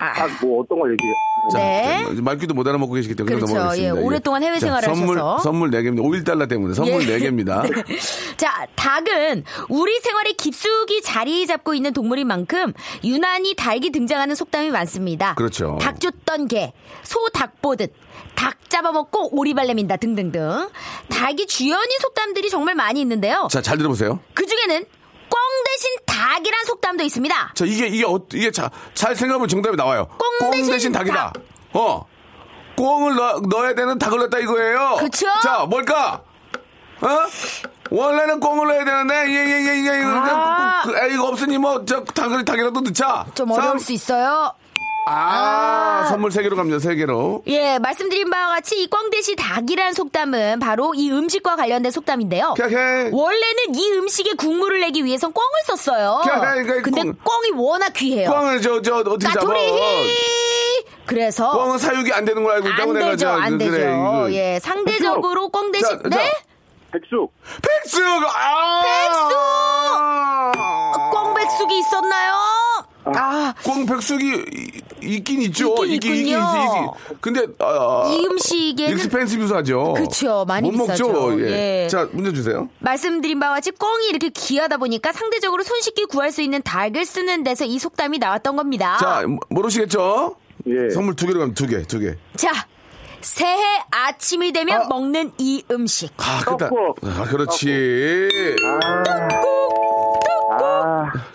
[SPEAKER 6] 아, 뭐 어떤 걸 얘기해.
[SPEAKER 5] 네.
[SPEAKER 1] 말귀도 못 알아먹고 계시기 때문에
[SPEAKER 5] 그렇죠.
[SPEAKER 1] 넘어가겠습니다.
[SPEAKER 5] 예, 오랫동안 해외 생활을
[SPEAKER 1] 선물,
[SPEAKER 5] 하셔서.
[SPEAKER 1] 선물 4개입니다. 5일 달러 때문에 선물
[SPEAKER 5] 예.
[SPEAKER 1] 네 4개입니다.
[SPEAKER 5] 네. 자, 닭은 우리 생활에 깊숙이 자리 잡고 있는 동물인 만큼 유난히 닭이 등장하는 속담이 많습니다.
[SPEAKER 1] 그렇죠.
[SPEAKER 5] 닭 쫓던 개, 소 닭 보듯, 닭 잡아먹고 오리발레민다 등등등. 닭이 주연인 속담들이 정말 많이 있는데요.
[SPEAKER 1] 자, 잘 들어보세요.
[SPEAKER 5] 그 중에는 꿩 대신 닭이란 속담도 있습니다.
[SPEAKER 1] 자 이게 이게 어, 이게 자, 잘 생각하면 정답이 나와요.
[SPEAKER 5] 꽁 대신
[SPEAKER 1] 닭이다.
[SPEAKER 5] 닭.
[SPEAKER 1] 어. 꽁을 넣, 넣어야 되는 닭을 넣었다 이거예요.
[SPEAKER 5] 그쵸?
[SPEAKER 1] 자 뭘까? 어? 원래는 꽁을 넣어야 되는데 예예예예 예, 예,
[SPEAKER 5] 아.
[SPEAKER 1] 그, 그, 에, 이거 없으니 뭐저 닭을 닭이라도 넣자.
[SPEAKER 5] 좀 어려울
[SPEAKER 1] 삼.
[SPEAKER 5] 수 있어요.
[SPEAKER 1] 아,
[SPEAKER 5] 아.
[SPEAKER 1] 선물 세 개로 갑니다 세 개로.
[SPEAKER 5] 예, 말씀드린 바와 같이 이 꿩 대신 닭이란 속담은 바로 이 음식과 관련된 속담인데요.
[SPEAKER 1] 캬캬.
[SPEAKER 5] 어. 원래는 이 음식에 국물을 내기 위해선 꿩을 썼어요.
[SPEAKER 1] 야, 야, 그러니까, 이거
[SPEAKER 5] 근데
[SPEAKER 1] 꿩.
[SPEAKER 5] 꿩이 워낙 귀해요.
[SPEAKER 1] 꽁을 저 저 어떻게 잡아?
[SPEAKER 5] 까투리 그래서
[SPEAKER 1] 꽁은 뭐, 사육이 안 되는 걸 알고 있다고
[SPEAKER 5] 어. 안
[SPEAKER 1] 내가
[SPEAKER 5] 되죠,
[SPEAKER 1] 저-
[SPEAKER 5] 안
[SPEAKER 1] 그래,
[SPEAKER 5] 되죠.
[SPEAKER 1] 이거. 어,
[SPEAKER 5] 예, 상대적으로 꿩 대신
[SPEAKER 1] 자,
[SPEAKER 5] 네
[SPEAKER 1] 자.
[SPEAKER 6] 백숙.
[SPEAKER 1] 백숙. 아! 백숙.
[SPEAKER 5] 꿩백숙이 아, 있었나요? 아,
[SPEAKER 1] 꽁백숙이 이- 있긴 있죠.
[SPEAKER 5] 있긴 있군요.
[SPEAKER 1] 근데 아,
[SPEAKER 5] 이 음식에는
[SPEAKER 1] 익스펜시브하죠.
[SPEAKER 5] 그쵸, 많이
[SPEAKER 1] 못 먹죠.
[SPEAKER 5] 비싸죠.
[SPEAKER 1] 예.
[SPEAKER 5] 예.
[SPEAKER 1] 자 문제 주세요.
[SPEAKER 5] 말씀드린 바와 같이 꿩이 이렇게 귀하다 보니까 상대적으로 손쉽게 구할 수 있는 닭을 쓰는 데서 이 속담이 나왔던 겁니다.
[SPEAKER 1] 자 뭐, 모- 모르시겠죠?
[SPEAKER 6] 예.
[SPEAKER 1] 선물 두 개로 가면 두 개, 두 개.
[SPEAKER 5] 자, 새해 아침이 되면
[SPEAKER 1] 어.
[SPEAKER 5] 먹는 이 음식.
[SPEAKER 1] 아, 그다.
[SPEAKER 6] 떡국.
[SPEAKER 1] 아, 그렇지.
[SPEAKER 6] 아,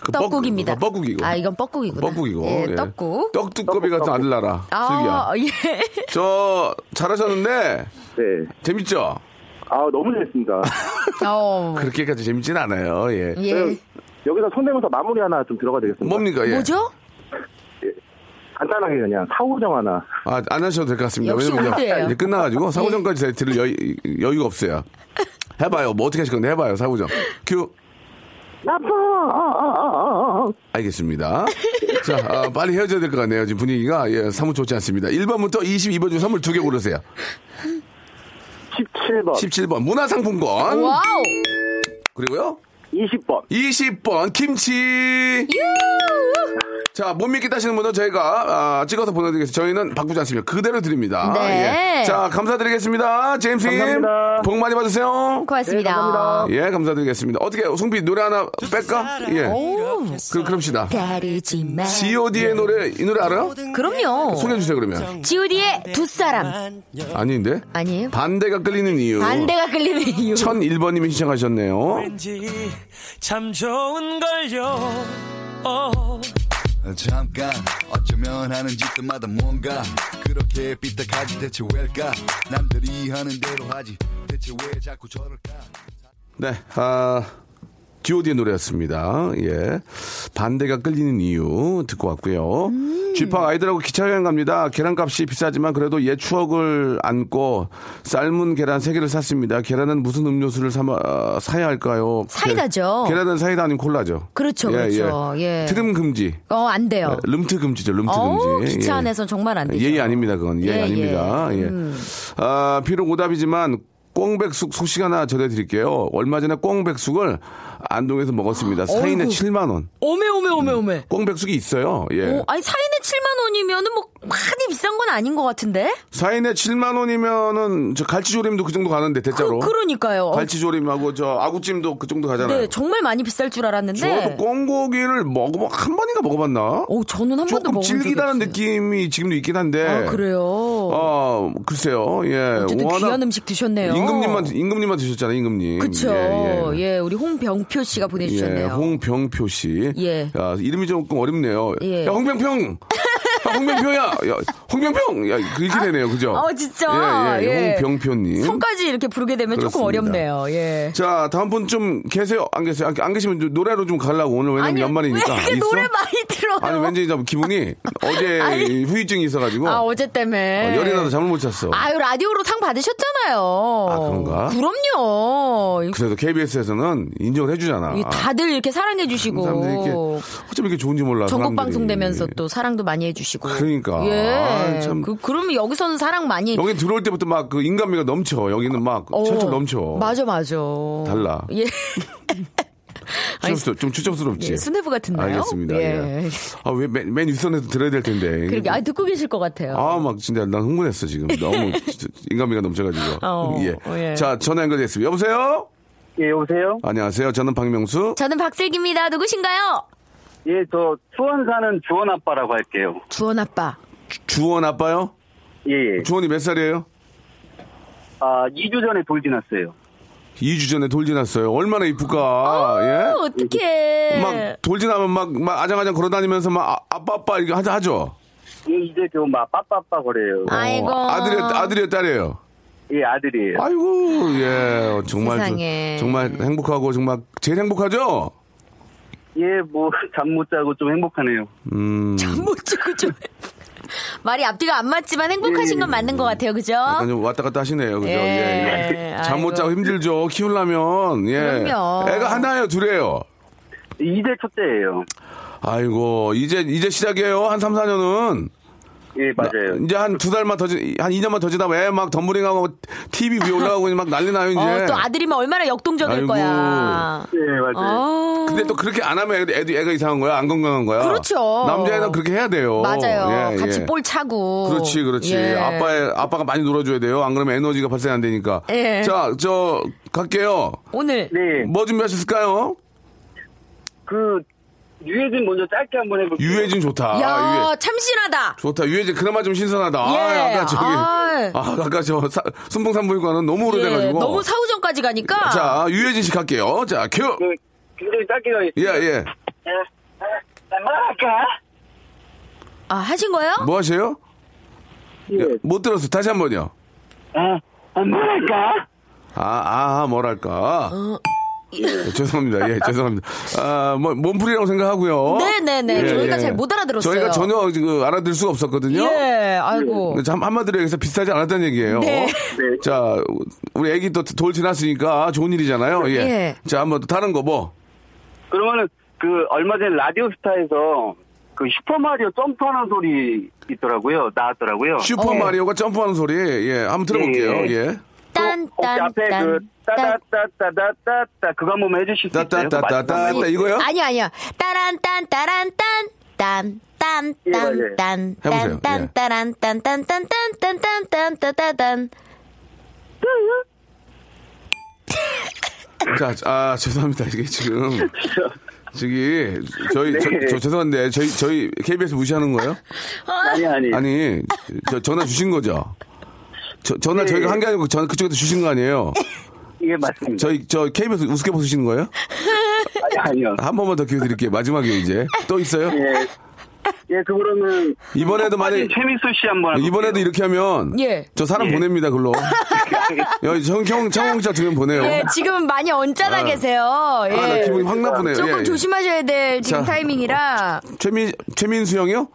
[SPEAKER 1] 그 뻐-
[SPEAKER 5] 떡국입니다.
[SPEAKER 1] 아, 뻐국이고.
[SPEAKER 5] 아, 이건 뻐국이구나.
[SPEAKER 1] 뻐국이고.
[SPEAKER 5] 예, 떡국.
[SPEAKER 1] 떡두꺼비 같은 아들 나라.
[SPEAKER 5] 아,
[SPEAKER 1] 슬기야.
[SPEAKER 5] 예.
[SPEAKER 1] 저 잘하셨는데
[SPEAKER 6] 네.
[SPEAKER 1] 재밌죠?
[SPEAKER 6] 아, 너무 재밌습니다.
[SPEAKER 5] 어.
[SPEAKER 1] 그렇게까지 재밌진 않아요. 예.
[SPEAKER 5] 예.
[SPEAKER 1] 예.
[SPEAKER 6] 여기서 손대면서 마무리 하나 좀 들어가 되겠습니다.
[SPEAKER 1] 뭡니까? 예.
[SPEAKER 5] 뭐죠?
[SPEAKER 6] 간단하게 그냥 사우정 하나.
[SPEAKER 1] 아, 안 하셔도 될 것 같습니다.
[SPEAKER 5] 역시
[SPEAKER 1] 왜냐면 이제
[SPEAKER 5] 올드예요.
[SPEAKER 1] 이제 끝나가지고 사고전까지 들을 여유, 여유가 없어요. 해봐요. 뭐 어떻게 하실 건데 해봐요. 사고전. 큐.
[SPEAKER 6] 나빠. 아, 아, 아, 아.
[SPEAKER 1] 알겠습니다. 자, 아, 빨리 헤어져야 될 것 같네요. 지금 분위기가 예, 사뭇 좋지 않습니다. 1번부터 22번 중 선물 두 개 고르세요.
[SPEAKER 6] 17번,
[SPEAKER 1] 17번 문화상품권.
[SPEAKER 5] 와우.
[SPEAKER 1] 그리고요.
[SPEAKER 6] 20번.
[SPEAKER 1] 20번 김치. 자, 못 믿겠다 하시는 분은 저희가 아, 찍어서 보내드리겠습니다. 저희는 바꾸지 않습니다. 그대로 드립니다.
[SPEAKER 5] 네.
[SPEAKER 1] 예. 자, 감사드리겠습니다. 제임스 님.
[SPEAKER 6] 감사합니다.
[SPEAKER 1] 복 많이 받으세요.
[SPEAKER 5] 고맙습니다.
[SPEAKER 1] 예, 감사드리겠습니다. 어떻게 송비 노래 하나 뺄까? 예. 그, 그럽시다.
[SPEAKER 5] 네. 다르지 마. 네.
[SPEAKER 1] G.O.D의 노래 이 노래 알아요?
[SPEAKER 5] 그럼요.
[SPEAKER 1] 소개해 주세요 그러면.
[SPEAKER 5] G.O.D의 두
[SPEAKER 1] 음.
[SPEAKER 5] 사람.
[SPEAKER 1] 아닌데?
[SPEAKER 5] 아니에요?
[SPEAKER 1] 반대가 끌리는 이유.
[SPEAKER 5] 반대가 끌리는
[SPEAKER 1] 음.
[SPEAKER 5] 이유.
[SPEAKER 1] 1001번님이 신청하셨네요.
[SPEAKER 4] 왠지 참 좋은 걸요. 어.
[SPEAKER 7] 아, 잠깐 어쩌면 하는 짓들마다 뭔가 그렇게 삐딱하지 대체 왜일까 남들이 하는 대로 하지 대체 왜 자꾸 저럴까
[SPEAKER 1] 네, 아, G.O.D의 노래였습니다. 예. 반대가 끌리는 이유 듣고 왔고요.
[SPEAKER 5] 음.
[SPEAKER 1] 쥐팡 아이들하고 기차여행 갑니다. 계란값이 비싸지만 그래도 옛 추억을 안고 삶은 계란 3개를 샀습니다. 계란은 무슨 음료수를 사, 아, 사야 할까요?
[SPEAKER 5] 사이다죠.
[SPEAKER 1] 계, 란은 사이다 아니면 콜라죠.
[SPEAKER 5] 그렇죠, 그렇죠. 예.
[SPEAKER 1] 트림 금지.
[SPEAKER 5] 어, 안 돼요.
[SPEAKER 1] 룸트 금지죠, 룸트
[SPEAKER 5] 어우,
[SPEAKER 1] 금지.
[SPEAKER 5] 기차
[SPEAKER 1] 네, 예.
[SPEAKER 5] 안에서 정말 안 되죠.
[SPEAKER 1] 예의 아닙니다, 그건. 예의
[SPEAKER 5] 예,
[SPEAKER 1] 아닙니다.
[SPEAKER 5] 예.
[SPEAKER 1] 예. 아, 비록 오답이지만, 꽁백숙 소식 하나 전해드릴게요. 얼마 전에 꽁백숙을 안동에서 먹었습니다. 사인에
[SPEAKER 5] 어이구.
[SPEAKER 1] 7만원.
[SPEAKER 5] 오메, 오메, 오메,
[SPEAKER 1] 음. 예.
[SPEAKER 5] 오메.
[SPEAKER 1] 꽁백숙이 있어요. 예.
[SPEAKER 5] 오, 아니, 사인에 7만원이면은 뭐, 많이 비싼 건 아닌 것 같은데?
[SPEAKER 1] 사인에 7만원이면은, 저 갈치조림도 그 정도 가는데, 대짜로.
[SPEAKER 5] 그, 그러니까요. 어,
[SPEAKER 1] 갈치조림하고 저 아구찜도 그 정도 가잖아요.
[SPEAKER 5] 네, 정말 많이 비쌀 줄
[SPEAKER 1] 저도
[SPEAKER 5] 알았는데.
[SPEAKER 1] 꽁고기를 먹어봐, 한 번인가 먹어봤나?
[SPEAKER 5] 오, 저는 한 번도
[SPEAKER 1] 조금
[SPEAKER 5] 먹어본
[SPEAKER 1] 질기다는
[SPEAKER 5] 적이 없어요.
[SPEAKER 1] 느낌이 지금도 있긴 한데.
[SPEAKER 5] 아, 그래요.
[SPEAKER 1] 어, 글쎄요. 예.
[SPEAKER 5] 어쨌든
[SPEAKER 1] 워낙
[SPEAKER 5] 귀한 음식 드셨네요.
[SPEAKER 1] 임금님만 임금님만 드셨잖아요, 임금님.
[SPEAKER 5] 그쵸.
[SPEAKER 1] 예,
[SPEAKER 5] 예,
[SPEAKER 1] 예.
[SPEAKER 5] 우리 홍병표 씨가 보내주셨네요.
[SPEAKER 1] 예, 홍병표 씨.
[SPEAKER 5] 예.
[SPEAKER 1] 야, 이름이 조금 어렵네요.
[SPEAKER 5] 예.
[SPEAKER 1] 야, 홍병평. 야, 홍병표야. 야, 홍병평. 야, 이렇게 되네요, 그죠?
[SPEAKER 5] 어, 진짜.
[SPEAKER 1] 예, 예,
[SPEAKER 5] 예.
[SPEAKER 1] 홍병표님.
[SPEAKER 5] 성까지 이렇게 부르게 되면 조금
[SPEAKER 1] 그렇습니다.
[SPEAKER 5] 어렵네요. 예.
[SPEAKER 1] 자, 다음 분 좀 계세요? 안 계세요? 안, 안 계시면 좀 노래로 좀 가려고 오늘 왜냐면
[SPEAKER 5] 아니,
[SPEAKER 1] 연말이니까.
[SPEAKER 5] 왜 이렇게
[SPEAKER 1] 있어?
[SPEAKER 5] 노래 많이 들어요?
[SPEAKER 1] 아니, 왠지 좀 기분이 어제
[SPEAKER 5] 아니.
[SPEAKER 1] 후유증이 있어가지고.
[SPEAKER 5] 아, 어제 때문에.
[SPEAKER 1] 어, 열이 나서 잠을 못 잤어.
[SPEAKER 5] 아유, 라디오로 상 받으셨잖아요.
[SPEAKER 1] 아, 그런가?
[SPEAKER 5] 그럼요.
[SPEAKER 1] 그래도 KBS에서는 인정을 해주잖아. 그
[SPEAKER 5] 이- 다들 이렇게
[SPEAKER 1] 사람들이 이렇게
[SPEAKER 5] 사랑해주시고.
[SPEAKER 1] 어쩜 이렇게 좋은지 몰라.
[SPEAKER 5] 전국
[SPEAKER 1] 사람들이.
[SPEAKER 5] 방송 되면서 또 사랑도 많이 해주시고.
[SPEAKER 1] 그러니까.
[SPEAKER 5] 예.
[SPEAKER 1] 아이, 참.
[SPEAKER 5] 그, 그럼 여기서는 사랑 많이.
[SPEAKER 1] 여기 들어올 때부터 막 그 인간미가 넘쳐. 여기는 막
[SPEAKER 5] 어,
[SPEAKER 1] 철철 넘쳐.
[SPEAKER 5] 맞아, 맞아.
[SPEAKER 1] 달라.
[SPEAKER 5] 예. 아니,
[SPEAKER 1] 추접스, 좀 추접스럽지.
[SPEAKER 5] 예, 수뇌부 같은데요?
[SPEAKER 1] 알겠습니다.
[SPEAKER 5] 예.
[SPEAKER 1] 예. 아, 왜 맨, 맨 윗선에서 들어야 될 텐데.
[SPEAKER 5] 그러게, 아, 듣고 계실 것 같아요.
[SPEAKER 1] 아, 막 진짜 난 흥분했어 지금. 너무 진짜 인간미가 넘쳐가지고.
[SPEAKER 5] 어,
[SPEAKER 1] 예.
[SPEAKER 5] 예.
[SPEAKER 1] 자, 전화 연결됐습니다. 여보세요.
[SPEAKER 6] 예, 여보세요?
[SPEAKER 1] 안녕하세요. 저는 박명수.
[SPEAKER 5] 저는 박슬기입니다. 누구신가요?
[SPEAKER 6] 예, 저 수원 사는 주원 아빠라고 할게요.
[SPEAKER 5] 주원 아빠.
[SPEAKER 1] 주원 아빠요?
[SPEAKER 6] 예, 예.
[SPEAKER 1] 주원이 몇 살이에요?
[SPEAKER 6] 아, 2주 전에 돌 지났어요.
[SPEAKER 1] 2주 전에 돌 지났어요. 얼마나 이쁠까? 예.
[SPEAKER 5] 어, 어떡해.
[SPEAKER 1] 막 돌 지나면 막, 막 아장아장 걸어다니면서 막 아, 아빠 아빠 이렇게 하자 하죠.
[SPEAKER 6] 예, 이제 좀 막 빠빠빠 거려요.
[SPEAKER 5] 아이고.
[SPEAKER 1] 어, 아들이 아들이 딸이에요.
[SPEAKER 6] 예, 아들이에요.
[SPEAKER 1] 아이고 예 정말
[SPEAKER 5] 세상에. 어?
[SPEAKER 1] 정말 행복하고 정말 제일 행복하죠.
[SPEAKER 6] 예, 뭐, 잠 못 자고 좀 행복하네요.
[SPEAKER 1] 음
[SPEAKER 5] 못 찍고 좀. 말이 앞뒤가 안 맞지만 행복하신 건 맞는 것 같아요. 그죠?
[SPEAKER 1] 약간 좀 왔다 갔다 하시네요. 그죠?
[SPEAKER 5] 예,
[SPEAKER 1] 예. 예. 잠 못
[SPEAKER 5] 아이고.
[SPEAKER 1] 자고 힘들죠. 키우려면 예.
[SPEAKER 5] 그럼요.
[SPEAKER 1] 애가 하나예요, 둘이에요.
[SPEAKER 6] 이제 첫째예요.
[SPEAKER 1] 아이고 이제 이제 시작이에요. 한 3, 4년은
[SPEAKER 6] 예, 맞아요.
[SPEAKER 1] 이제 한 두 달만 더, 지- 한 2년만 더 지나면 애 막 덤블링하고 TV 위에 올라가고 막 난리 나요, 이제.
[SPEAKER 5] 어, 또 아들이면 얼마나 역동적일
[SPEAKER 1] 예. 아이고.
[SPEAKER 5] 거야.
[SPEAKER 6] 예, 맞아요.
[SPEAKER 5] 어.
[SPEAKER 1] 근데 또 그렇게 안 하면 애도, 애도 애가 이상한 거야? 안 건강한 거야?
[SPEAKER 5] 그렇죠.
[SPEAKER 1] 남자애는 그렇게 해야 돼요.
[SPEAKER 5] 맞아요.
[SPEAKER 1] 예,
[SPEAKER 5] 같이
[SPEAKER 1] 예.
[SPEAKER 5] 볼 차고.
[SPEAKER 1] 그렇지, 그렇지.
[SPEAKER 5] 예.
[SPEAKER 1] 아빠의, 아빠가 많이 놀아줘야 돼요. 안 그러면 에너지가 발생 안 되니까.
[SPEAKER 5] 예.
[SPEAKER 1] 자, 저, 갈게요.
[SPEAKER 5] 오늘
[SPEAKER 6] 네,
[SPEAKER 1] 뭐 준비하셨을까요?
[SPEAKER 6] 그, 유해진 먼저 짧게 한번 해볼게요.
[SPEAKER 1] 유해진 좋다.
[SPEAKER 5] 야
[SPEAKER 1] 아, 유해.
[SPEAKER 5] 참신하다.
[SPEAKER 1] 좋다. 유해진 그나마 좀 신선하다. 아,
[SPEAKER 5] 예.
[SPEAKER 1] 아까 저기.
[SPEAKER 5] 아이.
[SPEAKER 1] 아, 아까 저, 사, 순풍산부인과는 너무 오래돼가지고.
[SPEAKER 5] 예, 너무 사우정까지 가니까.
[SPEAKER 1] 자, 유해진 씨 갈게요. 자, 큐!
[SPEAKER 6] 그, 굉장히 짧게 가요.
[SPEAKER 1] 예, 예.
[SPEAKER 6] 뭐랄까?
[SPEAKER 5] 아 하신 거예요?
[SPEAKER 1] 뭐 하세요? 예, 못 들었어. 다시 한 번요.
[SPEAKER 6] 아, 뭐랄까?
[SPEAKER 5] 어.
[SPEAKER 1] 아, 아, 뭐랄까. 죄송합니다. 예, 죄송합니다. 아, 뭐, 몸풀이라고 생각하고요.
[SPEAKER 5] 네네네.
[SPEAKER 1] 예,
[SPEAKER 5] 저희가
[SPEAKER 1] 예.
[SPEAKER 5] 잘 못 알아들었어요.
[SPEAKER 1] 저희가 전혀 지금 알아들 수가 없었거든요. 그,
[SPEAKER 5] 예, 아이고.
[SPEAKER 1] 근데 참 한마디로 여기서 비슷하지 않았다는 얘기예요.
[SPEAKER 5] 네.
[SPEAKER 1] 자, 우리 애기 또 돌 지났으니까 좋은 일이잖아요. 예.
[SPEAKER 5] 예.
[SPEAKER 1] 자, 한번 또 다른 거 뭐.
[SPEAKER 6] 그러면은 그 얼마 전에 라디오스타에서 그 슈퍼마리오 점프하는 소리 있더라고요. 나왔더라고요.
[SPEAKER 1] 슈퍼
[SPEAKER 5] 어.
[SPEAKER 1] 마리오가 점프하는 소리. 예, 한번 들어볼게요.
[SPEAKER 6] 예, 예.
[SPEAKER 1] 예.
[SPEAKER 5] 딴,
[SPEAKER 6] 혹시
[SPEAKER 5] 딴,
[SPEAKER 6] 앞에 그
[SPEAKER 5] 딴, 딴.
[SPEAKER 6] 따다따다따따따 그거 한 번만 해주실 수 있어요?
[SPEAKER 1] 따따따따따
[SPEAKER 6] 마지막으로.
[SPEAKER 1] 네, 이거요?
[SPEAKER 5] 아니 아니야. 따란 딴 따란 딴. 딴. 딴,
[SPEAKER 6] 예,
[SPEAKER 5] 딴,
[SPEAKER 6] 예.
[SPEAKER 5] 딴, 딴,
[SPEAKER 1] 해보세요.
[SPEAKER 5] 딴,
[SPEAKER 1] 예.
[SPEAKER 5] 따란, 딴, 딴, 딴, 딴, 딴, 딴, 딴, 딴, 딴, 딴.
[SPEAKER 1] 자, 아 죄송합니다. 이게 지금 저기 저희 저,
[SPEAKER 6] 네.
[SPEAKER 1] 저 죄송한데 저희 저희 KBS 무시하는 거예요?
[SPEAKER 6] 아니 아니.
[SPEAKER 1] 아니 저 전화 주신 거죠? 저,
[SPEAKER 6] 네.
[SPEAKER 1] 전화 저희가 한 게 아니고 전화 그쪽에서 주신 거 아니에요?
[SPEAKER 6] 예 맞습니다.
[SPEAKER 1] 저희 저 KBS 우습게 보시는 거예요?
[SPEAKER 6] 아니, 아니요.
[SPEAKER 1] 한 번만 더 기회 드릴게요. 마지막에 이제 또 있어요?
[SPEAKER 6] 예. 예 그러면은
[SPEAKER 1] 이번에도 만약
[SPEAKER 6] 최민수 씨 한번
[SPEAKER 1] 이번에도 이렇게 하면
[SPEAKER 5] 예.
[SPEAKER 1] 저 사람
[SPEAKER 6] 네.
[SPEAKER 1] 보냅니다 글로. 여기 정형 청홍자 두명 보내요.
[SPEAKER 5] 예, 지금은 많이 언짢아 계세요.
[SPEAKER 1] 아, 나
[SPEAKER 5] 예.
[SPEAKER 1] 기분이 확 나쁘네요.
[SPEAKER 5] 조금
[SPEAKER 1] 예, 예.
[SPEAKER 5] 조심하셔야 될 지금
[SPEAKER 1] 자.
[SPEAKER 5] 타이밍이라
[SPEAKER 1] 최민 최민수 형이요?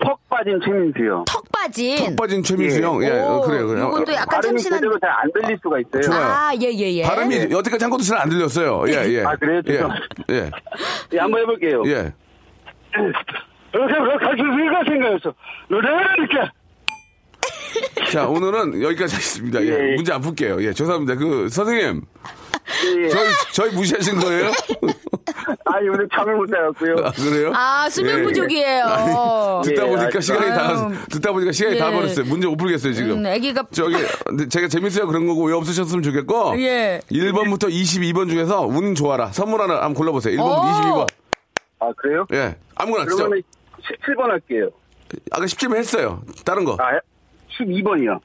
[SPEAKER 6] 퍽 빠진 최민수요.
[SPEAKER 5] 턱 빠진.
[SPEAKER 1] 턱 빠진 최민수 형. 예,
[SPEAKER 5] 오,
[SPEAKER 1] 어, 그래요, 그래요.
[SPEAKER 5] 요건 또
[SPEAKER 1] 어,
[SPEAKER 5] 약간
[SPEAKER 6] 발음이
[SPEAKER 5] 참신한.
[SPEAKER 6] 제대로 잘 안 들릴 수가 있어요.
[SPEAKER 1] 좋아요.
[SPEAKER 5] 아, 예, 예, 예.
[SPEAKER 1] 발음이 여태까지 한 것도 잘 안 들렸어요. 예, 예.
[SPEAKER 6] 아, 그래요? 죄송합니다.
[SPEAKER 1] 예, 예.
[SPEAKER 6] 예, 한번 해볼게요.
[SPEAKER 1] 예.
[SPEAKER 6] 이렇게 왜 같이 우리가 생각했어? 너네가 이렇게
[SPEAKER 1] 자, 오늘은 여기까지 하겠습니다. 예.
[SPEAKER 6] 예.
[SPEAKER 1] 문제 안 풀게요. 예, 죄송합니다. 그, 선생님.
[SPEAKER 6] 예.
[SPEAKER 1] 저희, 저희 무시하신 거예요?
[SPEAKER 6] 아니 오늘 잠을 못 자였고요.
[SPEAKER 1] 아, 그래요?
[SPEAKER 5] 아, 수면
[SPEAKER 1] 예.
[SPEAKER 5] 부족이에요.
[SPEAKER 1] 듣다
[SPEAKER 6] 예,
[SPEAKER 1] 보니까
[SPEAKER 6] 아,
[SPEAKER 1] 시간이
[SPEAKER 5] 아유.
[SPEAKER 1] 다, 듣다 보니까 시간이 다
[SPEAKER 5] 예.
[SPEAKER 1] 버렸어요. 문제 못 풀겠어요, 지금.
[SPEAKER 5] 음, 아기가
[SPEAKER 1] 저기, 근데 제가 재밌어요. 그런 거고, 왜 없으셨으면 좋겠고.
[SPEAKER 5] 예.
[SPEAKER 1] 1번부터 22번 중에서 운 좋아라. 선물 하나 한번 골라보세요. 1번부터
[SPEAKER 5] 오.
[SPEAKER 1] 22번.
[SPEAKER 6] 아 그래요?
[SPEAKER 1] 예. 아무거나 진짜.
[SPEAKER 6] 그러면 17번 할게요.
[SPEAKER 1] 아까 10점 했어요. 다른 거.
[SPEAKER 6] 아 12번이요.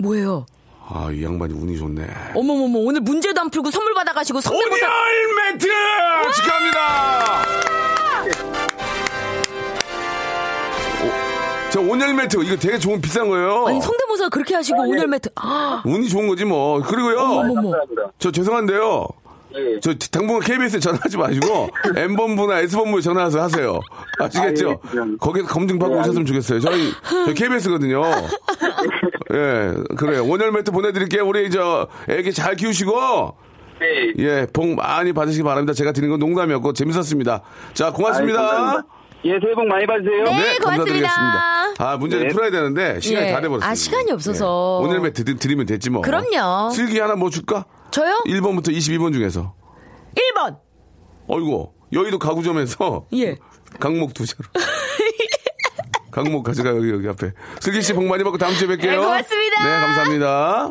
[SPEAKER 5] 뭐예요?
[SPEAKER 1] 아, 이 양반이 운이 좋네.
[SPEAKER 5] 어머머머, 오늘 문제도 안 풀고 선물 받아가시고 성대모사.
[SPEAKER 1] 매트! 축하합니다! 오, 저 온열 매트, 이거 되게 좋은, 비싼 거예요.
[SPEAKER 5] 아니, 성대모사 그렇게 하시고 오늘 매트. 아,
[SPEAKER 1] 운이 좋은 거지, 뭐. 그리고요.
[SPEAKER 5] 어머머.
[SPEAKER 6] 감사합니다.
[SPEAKER 1] 저 죄송한데요.
[SPEAKER 6] 예.
[SPEAKER 1] 저 당분간 KBS에 전화하지 마시고, M본부나 S본부에 전화해서 하세요. 아시겠죠?
[SPEAKER 6] 아, 예, 그냥.
[SPEAKER 1] 거기서 검증받고 오셨으면 좋겠어요. 저희, 저희 KBS거든요. 예, 그래요. 온열 매트 보내드릴게요. 우리 저, 애기 잘 키우시고,
[SPEAKER 6] 예.
[SPEAKER 1] 예, 복 많이 받으시기 바랍니다. 제가 드린 건 농담이었고 재밌었습니다. 자, 고맙습니다.
[SPEAKER 6] 아이, 감사합니다. 예, 새해 복 많이 받으세요.
[SPEAKER 5] 네. 고맙습니다.
[SPEAKER 1] 감사드리겠습니다. 아, 문제를
[SPEAKER 6] 네.
[SPEAKER 1] 풀어야 되는데 시간이
[SPEAKER 5] 예.
[SPEAKER 1] 다 돼버렸어요.
[SPEAKER 5] 아, 시간이 없어서.
[SPEAKER 1] 오늘 매 드- 드리면 됐지 뭐.
[SPEAKER 5] 그럼요.
[SPEAKER 1] 슬기 하나 뭐 줄까?
[SPEAKER 5] 저요?
[SPEAKER 1] 1번부터 22번 중에서.
[SPEAKER 5] 1번.
[SPEAKER 1] 어이구, 여의도 가구점에서
[SPEAKER 5] 예.
[SPEAKER 1] 강목 두 자루. 강목 가져가 여기 여기 앞에. 슬기 씨 복 많이 받고 다음 주에 뵐게요.
[SPEAKER 5] 네, 고맙습니다.
[SPEAKER 1] 네, 감사합니다.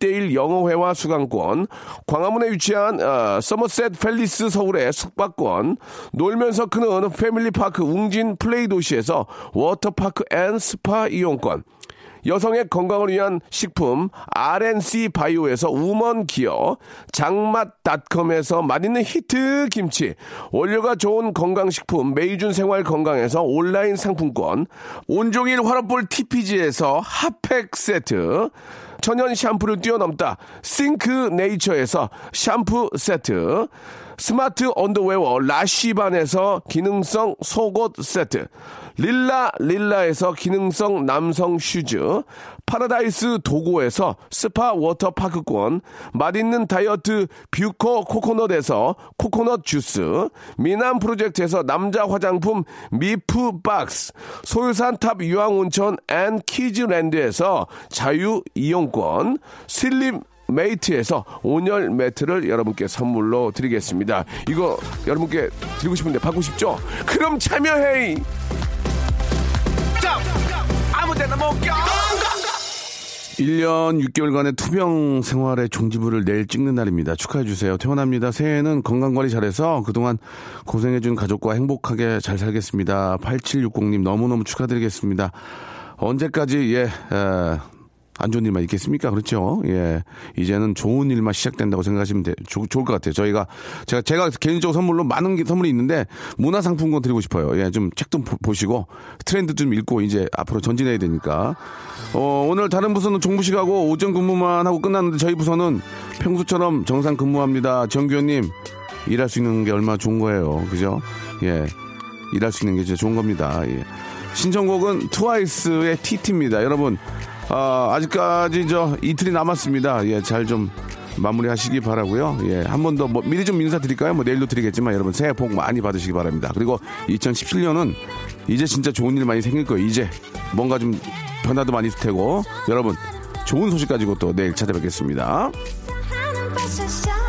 [SPEAKER 8] 1대1 영어회화 수강권, 광화문에 위치한 어, 서머셋 팰리스 서울의 숙박권, 놀면서 크는 패밀리파크 웅진 플레이 도시에서 워터파크 앤 스파 이용권, 여성의 건강을 위한 식품 RNC 바이오에서 우먼 기어, 장맛닷컴에서 맛있는 히트 김치, 원료가 좋은 건강식품 메이준 생활 건강에서 온라인 상품권, 온종일 화롯볼 TPG에서 핫팩 세트, 천연 샴푸를 뛰어넘다 싱크 네이처에서 샴푸 세트, 스마트 언더웨어 라쉬반에서 기능성 속옷 세트, 릴라 릴라에서 기능성 남성 슈즈, 파라다이스 도고에서 스파 워터파크권, 맛있는 다이어트 뷰코 코코넛에서 코코넛 주스, 미남 프로젝트에서 남자 화장품 미프 박스, 소유산탑 유황온천 앤 키즈랜드에서 자유 이용권, 슬림 메이트에서 온열 매트를 여러분께 선물로 드리겠습니다. 이거 여러분께 드리고 싶은데 받고 싶죠? 그럼 참여해! 아무데나 못 껴!
[SPEAKER 1] 1년 6개월간의 투병 생활의 종지부를 내일 찍는 날입니다. 축하해주세요. 퇴원합니다. 새해에는 건강관리 잘해서 그동안 고생해준 가족과 행복하게 잘 살겠습니다. 8760님 너무너무 축하드리겠습니다. 언제까지, 예, 에, 안 좋은 일만 있겠습니까? 그렇죠. 예. 이제는 좋은 일만 시작된다고 생각하시면 돼, 좋- 좋을 것 같아요. 저희가, 제가, 제가 개인적으로 선물로 많은 게- 선물이 있는데, 문화상품권 드리고 싶어요. 예. 좀 책 좀 보시고, 트렌드 좀 읽고, 이제 앞으로 전진해야 되니까. 어, 오늘 다른 부서는 종부식하고 오전 근무만 하고 끝났는데, 저희 부서는 평소처럼 정상 근무합니다. 정규현님, 일할 수 있는 게 얼마나 좋은 거예요. 그죠? 예. 일할 수 있는 게 진짜 좋은 겁니다. 예. 신청곡은 트와이스의 TT입니다. 여러분, 아, 아직까지 저 이틀이 남았습니다. 예, 잘 좀 마무리하시기 바라고요. 예, 한 번 더 뭐, 미리 좀 인사드릴까요? 뭐 내일도 드리겠지만 여러분 새해 복 많이 받으시기 바랍니다. 그리고 2017년은 이제 진짜 좋은 일 많이 생길 거예요. 이제 뭔가 좀 변화도 많이 있을 테고 여러분 좋은 소식 가지고 또 내일 찾아뵙겠습니다.
[SPEAKER 9] 하는 패션쇼